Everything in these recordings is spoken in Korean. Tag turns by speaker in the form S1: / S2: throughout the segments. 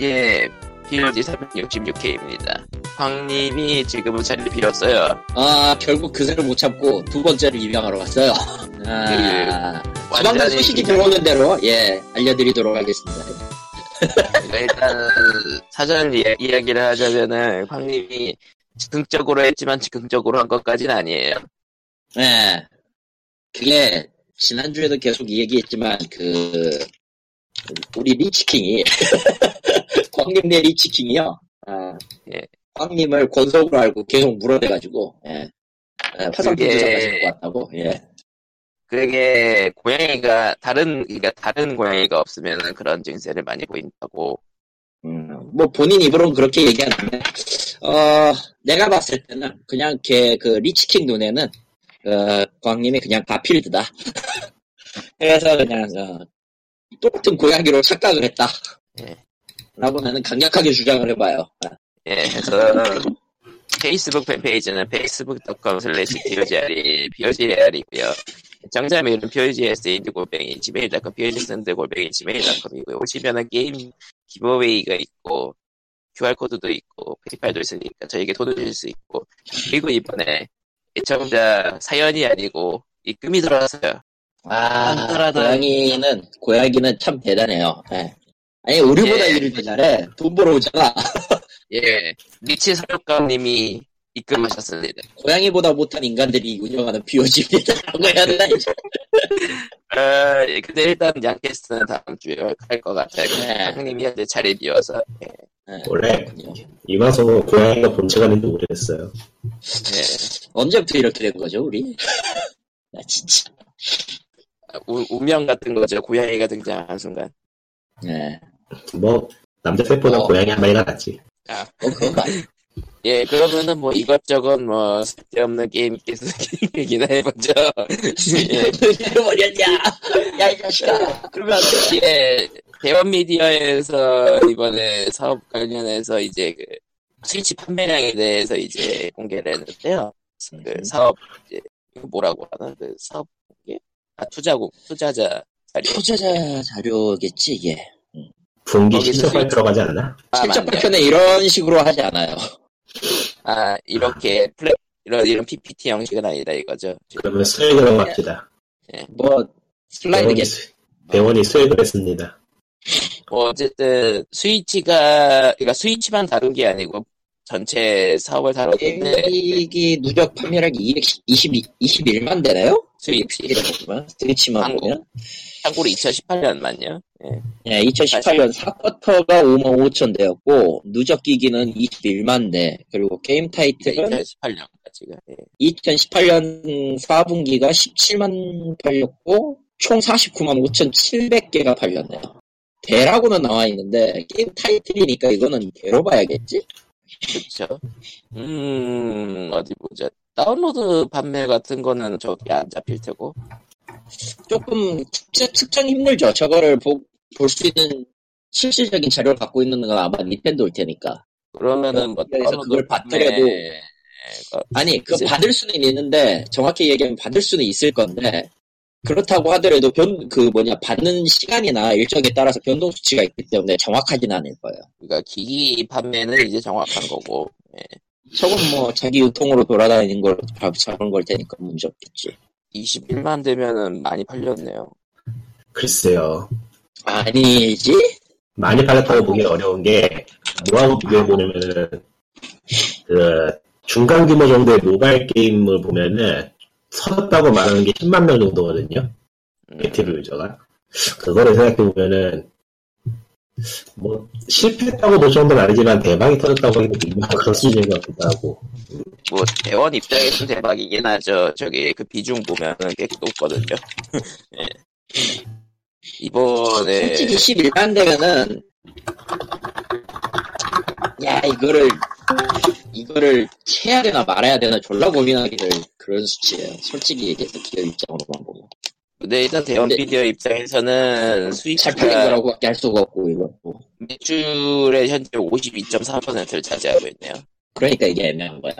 S1: 예, PLG 366K입니다. 황님이 지금은 자리 비었어요.
S2: 아, 결국 그새를 못 참고 두 번째를 입양하러 갔어요. 아, 조만간
S1: 예, 완전히
S2: 소식이 들어오는 대로, 예, 알려드리도록 하겠습니다.
S1: 그러니까 일단 사전 이야- 이야기를 하자면은 황님이 즉흥적으로 했지만 즉흥적으로 한 것까지는 아니에요.
S2: 예. 그게, 지난주에도 계속 이 얘기했지만, 그, 우리 리치킹이, 광림네 리치킹이요. 아,
S1: 예.
S2: 광림을 권속으로 알고 계속 물어대가지고, 예. 예, 화상품
S1: 그게-
S2: 주사가지고 왔다고, 예.
S1: 그게 고양이가 다른 그러니까 다른 고양이가 없으면은 그런 증세를 많이 보인다고.
S2: 음, 뭐 본인 입으로는 그렇게 얘기하는데, 어, 내가 봤을 때는 그냥 걔, 그, 리치킹 눈에는, 어, 광님이 그냥 바필드다. 그래서 그냥, 어, 똑같은 고양이로 착각을 했다.
S1: 예.
S2: 라고 나는 강력하게 주장을 해봐요.
S1: 예, 그래서 페이스북 팬페이지는 facebook.com slash POGR이, POGR이고요. 정자 메일은 POGS인드골뱅이, gmail.com, POGS인드골뱅이, gmail.com이고요. 오시면은 게임 기브웨이가 있고, QR코드도 있고, 페이팔도 있으니까 저에게 돈을 주실 수 있고, 그리고 이번에 애청자 사연이 아니고, 입금이 들어왔어요.
S2: 아,
S1: 한타라다.
S2: 고양이는, 고양이는 참 대단해요. 예. 아니, 우리보다
S1: 예.
S2: 일을 더 잘해. 돈 벌어오잖아.
S1: 예, 리치 사육감님이 입금하셨습니다.
S2: 고양이보다 못한 인간들이 운영하는 비오집니다. 라고 해야 되나, 이제.
S1: 아, 예, 근데 일단 양캐스트는 다음 주에 할 것 같아요.
S2: 네.
S1: 형님이 현재 자리 비워서. 예,
S2: 예,
S3: 원래
S2: 그렇군요.
S3: 이 방송 고양이가 본체가 된지 오래됐어요.
S1: 예.
S2: 언제부터 이렇게 된 거죠, 우리? 나 진짜.
S1: 아, 우- 운명 같은 거죠. 고양이가 등장한 순간.
S2: 네.
S3: 뭐 남자 셋보다
S2: 어.
S3: 고양이 한 마리가 낫지.
S2: 뭐 그건 아니.
S1: 예, 그러면은 뭐 이것저것 뭐 쓸데없는 게임 계속 얘기나 해보죠. 예,
S2: 버렸냐? 야, 이 자식아. 그러면 안 돼.
S1: 예, 대원 미디어에서 이번에 사업 관련해서 이제 그 스위치 판매량에 대해서 이제 공개를 했는데요. 그 사업 이제 이거 뭐라고 하나? 그 사업 공개? 아 투자국 투자자 자료.
S2: 투자자 자료겠지, 이게.
S3: 분기
S1: 거기서
S3: 실적발
S1: 수익-
S3: 들어가지 않나?
S1: 아,
S2: 실적
S1: 맞네요.
S2: 발표는 이런 식으로 하지 않아요.
S1: 아 이렇게 플랫 이런 이런 PPT 형식은 아니다 이거죠.
S2: 그렇죠.
S3: 그러면 수익으로 갑시다.
S2: 뭐,
S3: 대원이,
S2: 슬라이드겠지.
S3: 수- 대원이 수익을 했습니다.
S1: 뭐 어쨌든 스위치가 그러니까 스위치만 다룬 게 아니고 전체 사업을
S2: 예.
S1: 다뤘는데
S2: 이익이 누적 판매량이 220, 21만 되나요?
S1: 스위치
S2: 이렇게 보면. 스위치만
S1: 한국.
S2: 보면.
S1: 참고로 2018년만요.
S2: 예, 2018년 4쿼터가 5만 5천 대였고, 누적 기기는 21만 대, 그리고 게임 타이틀은
S1: 2018년까지가. 예.
S2: 2018년 4분기가 17만 팔렸고 총 49만 5,700개가 팔렸네요. 대라고는 나와 있는데 게임 타이틀이니까 이거는 대로 봐야겠지?
S1: 그쵸. 그렇죠. 음, 어디 보자. 다운로드 판매 같은 거는 저기 안 잡힐 테고.
S2: 조금 측- 측정이 힘들죠. 저거를 볼 수 있는 실질적인 자료를 갖고 있는 건 아마 닌텐도일 테니까.
S1: 그러면은 뭐,
S2: 그래서
S1: 다운로드
S2: 어, 그걸 받더라도
S1: 판매가-
S2: 아니 그거
S1: 이제-
S2: 받을 수는 있는데 정확히 얘기하면 받을 수는 있을 건데 그렇다고 하더라도 변 그 뭐냐 받는 시간이나 일정에 따라서 변동 수치가 있기 때문에 정확하진 않을 거예요.
S1: 그러니까 기기 판매는 이제 정확한 거고.
S2: 저건 뭐 자기 유통으로 돌아다니는 걸 밥- 잡은 걸 테니까 문제 없겠지.
S1: 21만 되면은 많이 팔렸네요.
S3: 글쎄요.
S2: 아니지?
S3: 많이 팔렸다고 보기 어려운 게 뭐하고 비교해 보냐면은 그 중간 규모 정도의 모바일 게임을 보면은 서졌다고 말하는 게 10만 명 정도거든요.
S1: 음,
S3: 액티브 유저가 그거를 생각해 보면은 뭐 실패했다고 볼 정도는 아니지만 대박이 터졌다고 해도 민망 그런 수준인 것 같기도 하고
S1: 뭐, 대원 입장에서는 대박이긴 하죠. 저기, 그 비중 보면은 꽤 높거든요. 예. 이번에,
S2: 솔직히 11만 되면은 야 이거를 이거를 해야 되나 말아야 되나 졸라 고민하기를 그런 수치예요. 솔직히 얘기해서 기업 입장으로만 보면
S1: 근데 일단 대원
S2: 근데-
S1: 미디어 입장에서는 수익
S2: 잘 팔린 거라고밖에 할 수가 없고 이거
S1: 매출의 현재 52.4%를 차지하고 있네요.
S2: 그러니까 이게 애매한 거야.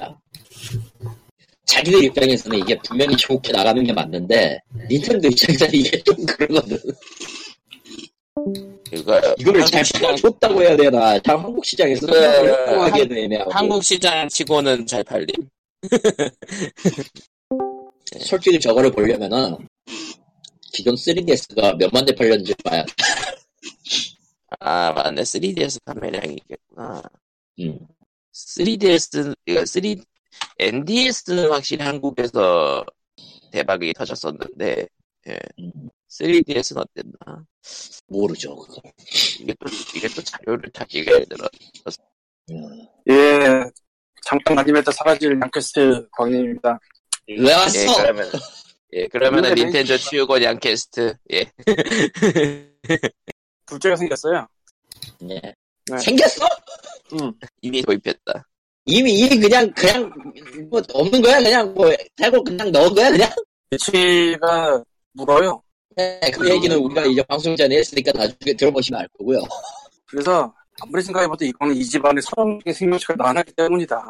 S2: 자기들 입장에서는 이게 분명히 좋게 나가는 게 맞는데 닌텐도 입장에서는 이게 좀 그러거든.
S1: 그거
S2: 이거를 잘
S1: 한국 시장,
S2: 팔아줬다고 해야 되나? 참 한국 시장에서
S1: 그,
S2: 팔아줬다고 하기에는 애매하고.
S1: 한국 시장 치고는 잘 팔림.
S2: 네. 솔직히 저거를 보려면은 기존 3DS가 몇만 대 팔렸는지 봐야 돼.
S1: 아 맞네 3DS 판매량이 있겠구나.
S2: 음.
S1: 3DS, 3, NDS는 확실히 한국에서 대박이 터졌었는데, 예.
S2: 음.
S1: 3DS는 어땠나?
S2: 모르죠 그거.
S1: 이게 또, 이게 또 자료를 찾기가 힘들어.
S4: 예, 잠깐 아니면 또 사라질 양캐스트 광님입니다.
S2: 왜 왔어?
S1: 예, 그러면, 예, 그러면은
S4: 근데
S1: 닌텐도 치우고 양캐스트, 예.
S4: 둘째가 생겼어요.
S2: 네.
S4: 네.
S2: 생겼어?
S1: 이미 도입했다.
S2: 이미 이미 그냥 그냥 뭐 없는 거야 그냥 뭐 살고 그냥 넣은 거야 그냥.
S4: 배치가 물어요.
S2: 네, 그 얘기는 우리가 이제 방송 전에 했으니까 나중에 들어보시면 알 거고요.
S4: 그래서 아무리 생각해봐도 이거는 이 집안의 사람적인 생명체가 나나기 때문이다.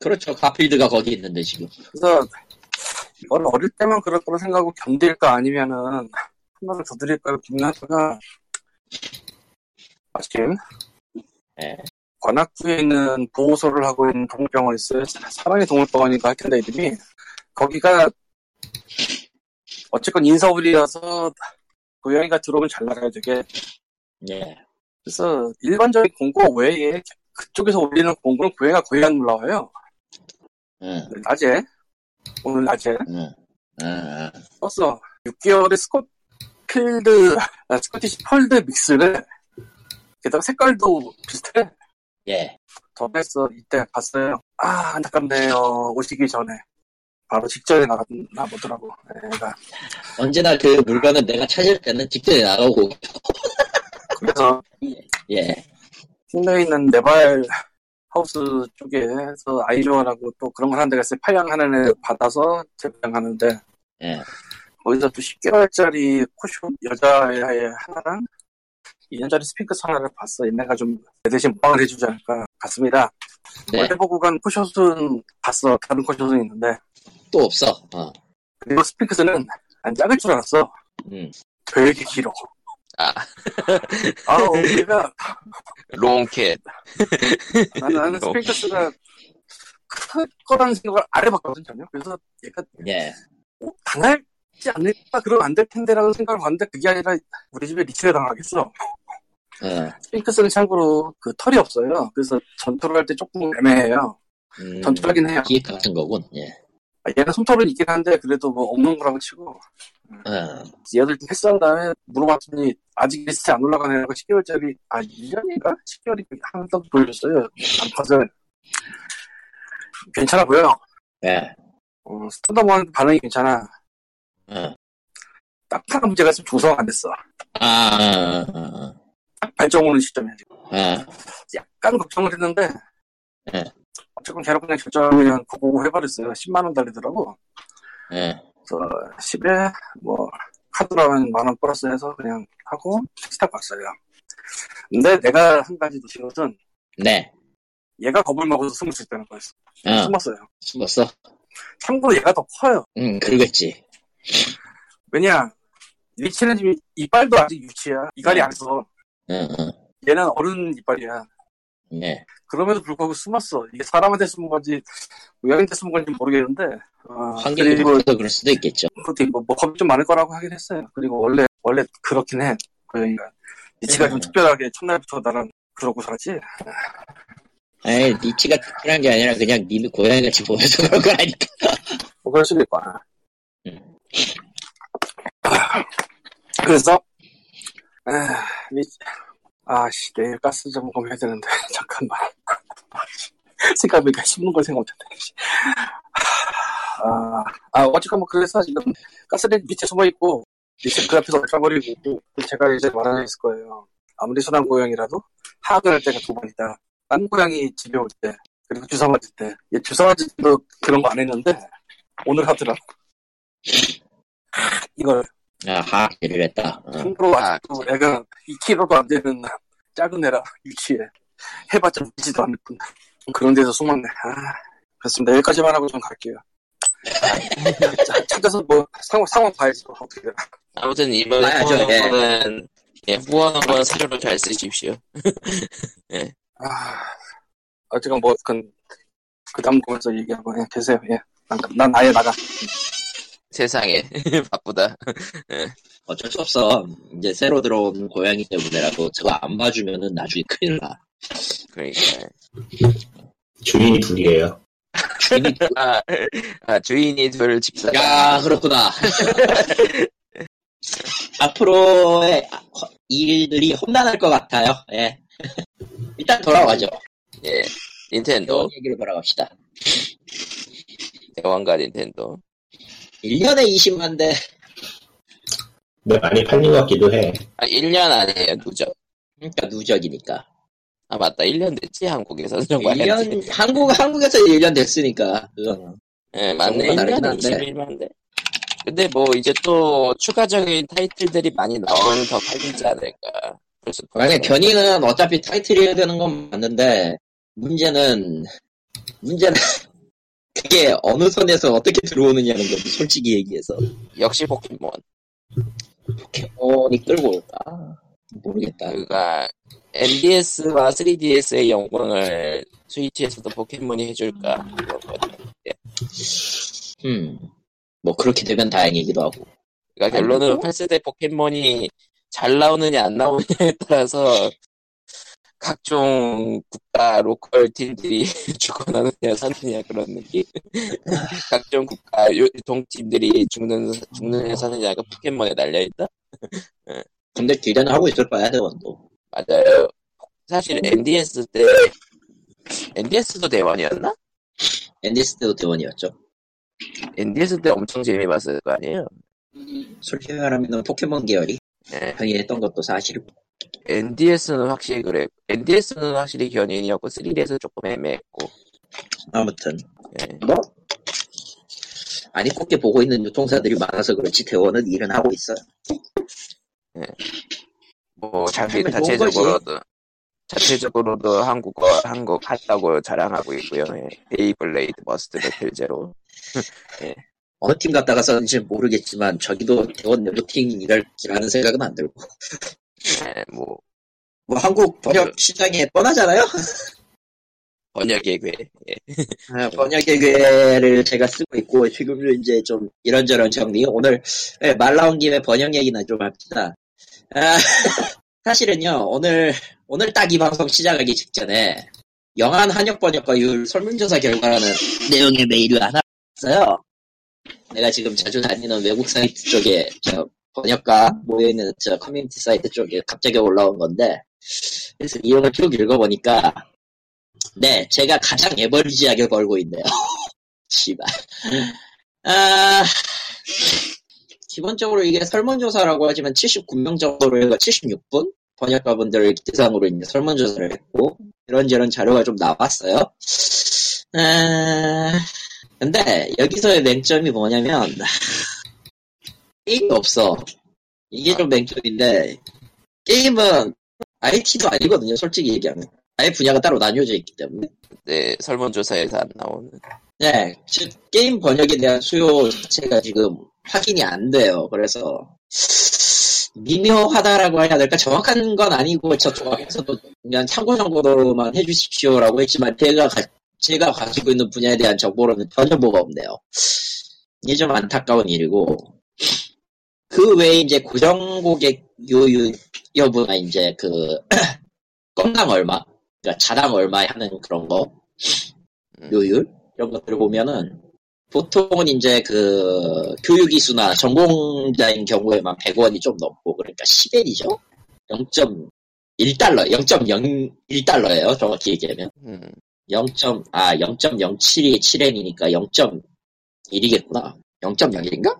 S2: 그렇죠. 가필드가 거기 있는데 지금.
S4: 그래서 이걸 어릴 때만 그럴 거라 생각하고 견딜까 아니면은 하나를 더 드릴까 김나사가 마침
S2: 네.
S4: 관악구에 있는 보호소를 하고 있는 동물병원 있어요. 사- 사랑의 동물병원인가 할 텐데 이름이 거기가 어쨌건 인서울이라서 고양이가 들어오면 잘 나가야 되게
S2: 네.
S4: 그래서 일반적인 공고 외에 그쪽에서 올리는 공고는 고양이가 고양이 올라와요.
S2: 응.
S4: 낮에 오늘 낮에
S2: 응. 응.
S4: 썼어. 6개월의 스코필드, 아, 스코티시 폴드 믹스를, 게다가 색깔도 비슷해.
S2: 예.
S4: 더해서 이때 봤어요. 아, 안타깝네요. 오시기 전에. 바로 직전에 나갔나 보더라고. 네, 애가.
S2: 언제나 그 물건은 내가 찾을 때는 직전에 나가고.
S4: 그래서
S2: 예.
S4: 힘내 있는 네발 하우스 쪽에서 아이조아라고 또 그런 걸 하는 데가 있어요. 파양 하는 애 받아서 재배양하는데
S2: 예.
S4: 거기서 또 10개월짜리 코쇼 여자의 하나랑 2년짜리 스핑크스 하나를 봤어. 얘네가 좀 내 대신 모방을 해주지 않을까 같습니다.
S2: 네.
S4: 원래 보고 간 코숏은 봤어. 다른 코숏은 있는데.
S2: 또 없어. 어.
S4: 그리고 스핑크스는 안 작을 줄 알았어.
S2: 음.
S4: 되게 길어.
S1: 아,
S4: 아, 우리가
S1: 롱캣.
S4: 나는, 나는 스핑크스가 클 거라는 생각을 안 해봤거든 전혀. 그래서 얘가
S2: 예.
S4: 당할지 않을까 그러면 안 될 텐데라는 생각을 봤는데 그게 아니라 우리 집에 리치를 당하겠어.
S2: 어.
S4: 스핑크스는 참고로 그 털이 없어요. 그래서 전투를 할 때 조금 애매해요.
S2: 음.
S4: 전투하긴 해요.
S2: 기획 같은 거군. 예.
S4: 아, 얘는 솜털은 있긴 한데 그래도 뭐 없는 거라고 치고
S2: 어.
S4: 얘들 좀 패스한 다음에 물어봤더니 아직 리스트 안 올라간 애라고 10개월짜리 아 1년인가? 10개월이 한번 돌렸어요. 안컷을 괜찮아 보여.
S2: 예.
S4: 어, 스탠더만 반응이 괜찮아.
S2: 어.
S4: 딱 하나 문제가 있으면 조성 안 됐어.
S2: 아, 아, 아,
S4: 딱 발정 오는 시점이야. 지금.
S2: 아, 아.
S4: 약간 걱정을 했는데
S2: 네.
S4: 어쨌건 걔로 그냥 결정을 그냥 보고 해버렸어요. 10만 원 달리더라고.
S2: 예.
S4: 그래서 10에 뭐 카드랑 만원 플러스 해서 그냥 하고 스탑 갔어요. 근데 내가 한 가지 놓친 것은
S2: 네.
S4: 얘가 겁을 먹어서 숨을 수 있다는 거였어.
S2: 어.
S4: 숨었어요.
S2: 숨었어.
S4: 참고로 얘가 더 커요.
S2: 응, 그러겠지.
S4: 왜냐 리치는 지금 이빨도 아직 유치야. 이갈이 안 써.
S2: 응, 응.
S4: 얘는 어른 이빨이야.
S2: 어, 예.
S4: 그럼에도 불구하고 숨었어. 이게 사람한테 숨은 건지 고양이한테 숨은 건지 모르겠는데. 어,
S2: 환경이
S4: 그리고
S2: 좋아서 그럴 수도 있겠죠.
S4: 그것도 있고 뭐 겁이 좀 많을 거라고 하긴 했어요. 그리고 원래 원래 그렇긴 해 고양이가 이치가 좀
S2: 음.
S4: 특별하게 첫날부터 나랑 그러고 살았지.
S2: 아니, 니치가 특별한 게 아니라 그냥 니는 고양이같이 보여서 그런 거라니까.
S4: 뭐 그럴 수도 있고. 아.
S2: 음.
S4: 그래서 아, 이- 아씨 내일 가스 점검해야 되는데 잠깐만 생각해보니까 씹는 걸 생각 못했네. 씨. 아, 아 어쨌건 뭐 그래서 지금 가스레인지 밑에 숨어 있고 밑에 그 앞에서 얼싸버리고 있고 제가 이제 말하는 있을 거예요. 아무리 순한 고양이라도 하악을 할 때가 두 번 있다. 딴 고양이 집에 올 때, 그리고 주사 맞을 때. 얘 주사 맞을 때도 그런 거 안 했는데, 오늘 하더라. 이걸
S2: 아, 하악질을 했다. 어.
S4: 참고로
S1: 아.
S4: 아직도 애가 2kg도 안 되는 작은 애라 유치해. 해봤자 믿지도 않을 뿐. 그런 데서 숨었네. 아, 그렇습니다. 여기까지만 하고 좀 갈게요. 자, 찾아서 뭐 상황, 상황 봐야지 뭐 어떻게 되나.
S1: 아무튼 이번에
S2: 봐야죠, 예.
S1: 코너는 예, 후원한 건 사료로 잘 쓰십시오.
S4: 아, 어쨌건 뭐, 그, 그 다음 거에서 얘기하고, 예, 계세요, 예. 난, 난 아예 나가.
S1: 세상에 바쁘다.
S2: 어쩔 수 없어. 이제 새로 들어온 고양이 때문에라도 저거 안 봐주면은 나중에 큰일 나.
S1: 그러니까
S3: 주인이 둘이에요.
S2: 주인이
S1: 아, 아, 주인이 둘 집사.
S2: 야 그렇구나. 앞으로의 일들이 험난할 것 같아요. 예. 일단 돌아가죠.
S1: 예,
S2: 이런
S1: 닌텐도
S2: 얘기를 돌아갑시다.
S1: 대왕가 닌텐도.
S2: 1년에 20만 대.
S3: 근데 많이 팔린 것 같기도 해.
S1: 아, 1년 아니에요 누적.
S2: 그러니까 누적이니까.
S1: 아 맞다, 1년 됐지 한국에서 정말.
S2: 1년 한국 한국에서 1년 됐으니까. 그거는.
S1: 예, 맞네.
S2: 정보가 다르긴
S1: 1년
S2: 한데.
S1: 21만대. 근데 뭐 이제 또 추가적인 타이틀들이 많이 나오면 더 팔리지 않을까. 그래서
S2: 만약 견인은 어차피 타이틀이어야 되는 건 맞는데 문제는 문제는 그게 어느 선에서 어떻게 들어오느냐는 거지 솔직히 얘기해서
S1: 역시 포켓몬.
S2: 어, 포켓몬이 끌고 올까 모르겠다.
S1: 그가 MDS와 3DS의 영광을 스위치에서도 포켓몬이 해줄까. 그런 거죠.
S2: 음. 뭐 그렇게 되면 다행이기도 하고.
S1: 그러니까 결론은 8세대 포켓몬이 잘 나오느냐 안 나오느냐에 따라서 각종 국가 로컬 팀들이 죽어나느냐 사느냐 그런 느낌 각종 국가 요통 팀들이 죽는 죽느냐 사느냐가 포켓몬에 달려 있다
S2: 근데 기대는 하고 있을 거야 대원도.
S1: 맞아요 사실 NDS 때 NDS도 대원이었나
S2: 엔디스 때도 대원이었죠.
S1: NDS 때 엄청 재미 봤을 거 아니에요
S2: 솔직히 말하면 포켓몬 계열이
S1: 네.
S2: 강의했던 것도 사실이고.
S1: NDS는 확실히 그래 NDS는 확실히 견인이었고 3DS 조금 애매했고
S2: 아무튼
S1: 예.
S2: 뭐 아니 꽃게 보고 있는 유통사들이 많아서 그렇지 대원은 일은 하고 있어.
S1: 뭐 자기
S2: 하면 좋은
S1: 자체적으로도 자체적으로도 한국어 한국 핫다고 자랑하고 있고요. 예. 베이블레이드 머스트 배틀 제로.
S2: 어느 팀 갔다가 썼는지 는 모르겠지만 저기도 대원 루팅이라는 생각은 안 들고
S1: 예, 뭐
S2: 뭐 한국 번역 시장에 뻔하잖아요.
S1: 번역의 괴. 예.
S2: 아, 번역의 괴를 제가 쓰고 있고 지금도 이제 좀 이런저런 정리 오늘 예, 말 나온 김에 번역 얘기나 좀 합시다. 아, 사실은요 오늘 오늘 딱 이 방송 시작하기 직전에 영한 한역 번역과 율 설문조사 결과라는 내용의 메일을 하나 왔어요. 내가 지금 자주 다니는 외국 사이트 쪽에 저 번역가 모여있는 저 커뮤니티 사이트 쪽에 갑자기 올라온 건데 그래서 이용을 쭉 읽어보니까 네, 제가 가장 에버리지하게 벌고 있네요. 씨발. 아, 기본적으로 이게 설문조사라고 하지만 79명 정도로 해서 76분? 번역가분들을 대상으로 이제 설문조사를 했고, 이런저런 자료가 좀 나왔어요. 아, 근데 여기서의 맹점이 뭐냐면, 게임이 없어. 이게 좀 맹점인데, 게임은 IT도 아니거든요, 솔직히 얘기하면. 아예 분야가 따로 나뉘어져 있기 때문에.
S1: 네, 설문조사에서 안 나오는.
S2: 네, 즉, 게임 번역에 대한 수요 자체가 지금 확인이 안 돼요. 그래서, 미묘하다라고 해야 될까? 정확한 건 아니고, 저쪽에서도 그냥 참고 정보로만 해주십시오라고 했지만, 제가, 가, 제가 가지고 있는 분야에 대한 정보로는 전혀 뭐가 없네요. 이게 좀 안타까운 일이고, 그 외에 이제 고정 고객 요유 여부나 이제 그, 건당 얼마, 그러니까 자당 얼마에 하는 그런 거,
S1: 음.
S2: 요율 이런 것들을 보면은 보통은 이제 그 교육이수나 전공자인 경우에만 100원이 좀 넘고 그러니까 10엔이죠? 0.1달러, 0.01달러예요 정확히 얘기하면
S1: 음,
S2: 0. 아 0.07이 7엔이니까 0.1이겠구나 0.01인가?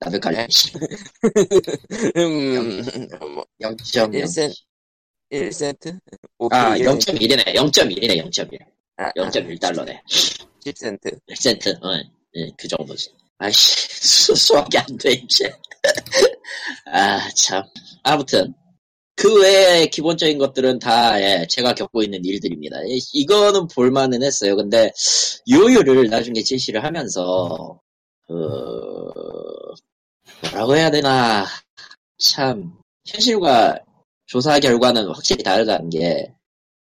S2: 나도 갈래
S1: 음, 뭐,
S2: 0.1
S1: 1센. 예. 1센트?
S2: 아 0.1이네 0.1이네 0.1
S1: 아,
S2: 0.1달러네
S1: 10센트.
S2: 1센트, 어, 예, 그 정도지. 아이씨, 수수하게 안 돼, 이제. 아, 참. 아무튼. 그 외에 기본적인 것들은 다, 예, 제가 겪고 있는 일들입니다. 예, 이거는 볼만은 했어요. 근데, 요요를 나중에 제시를 하면서, 그, 뭐라고 해야 되나. 참, 현실과 조사 결과는 확실히 다르다는 게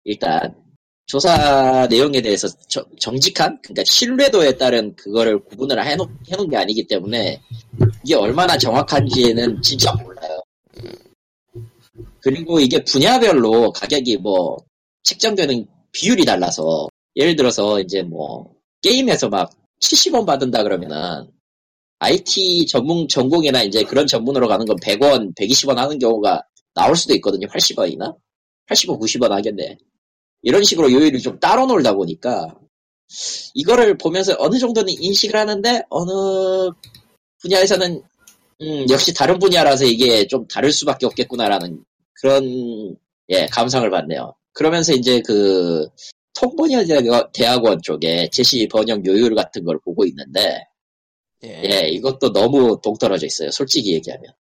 S2: 일단 조사 내용에 대해서 저- 정직한 그러니까 신뢰도에 따른 그거를 구분을 해놓, 해놓은 게 아니기 때문에 이게 얼마나 정확한지는 진짜 몰라요. 그리고 이게 분야별로 가격이 뭐 책정되는 비율이 달라서 예를 들어서 이제 뭐 게임에서 막 70원 받는다 그러면은 IT 전문 전공이나 이제 그런 전문으로 가는 건 100원, 120원 하는 경우가 나올 수도 있거든요. 80원이나 80원, 90원 하겠네. 이런 식으로 요일을 좀 따로 놀다 보니까 이거를 보면서 어느 정도는 인식을 하는데 어느 분야에서는 음, 역시 다른 분야라서 이게 좀 다를 수밖에 없겠구나라는 그런 예 감상을 받네요. 그러면서 이제 그 통번역 대학원 쪽에 제시 번역 요율 같은 걸 보고 있는데
S1: 예.
S2: 예, 이것도 너무 동떨어져 있어요. 솔직히 얘기하면.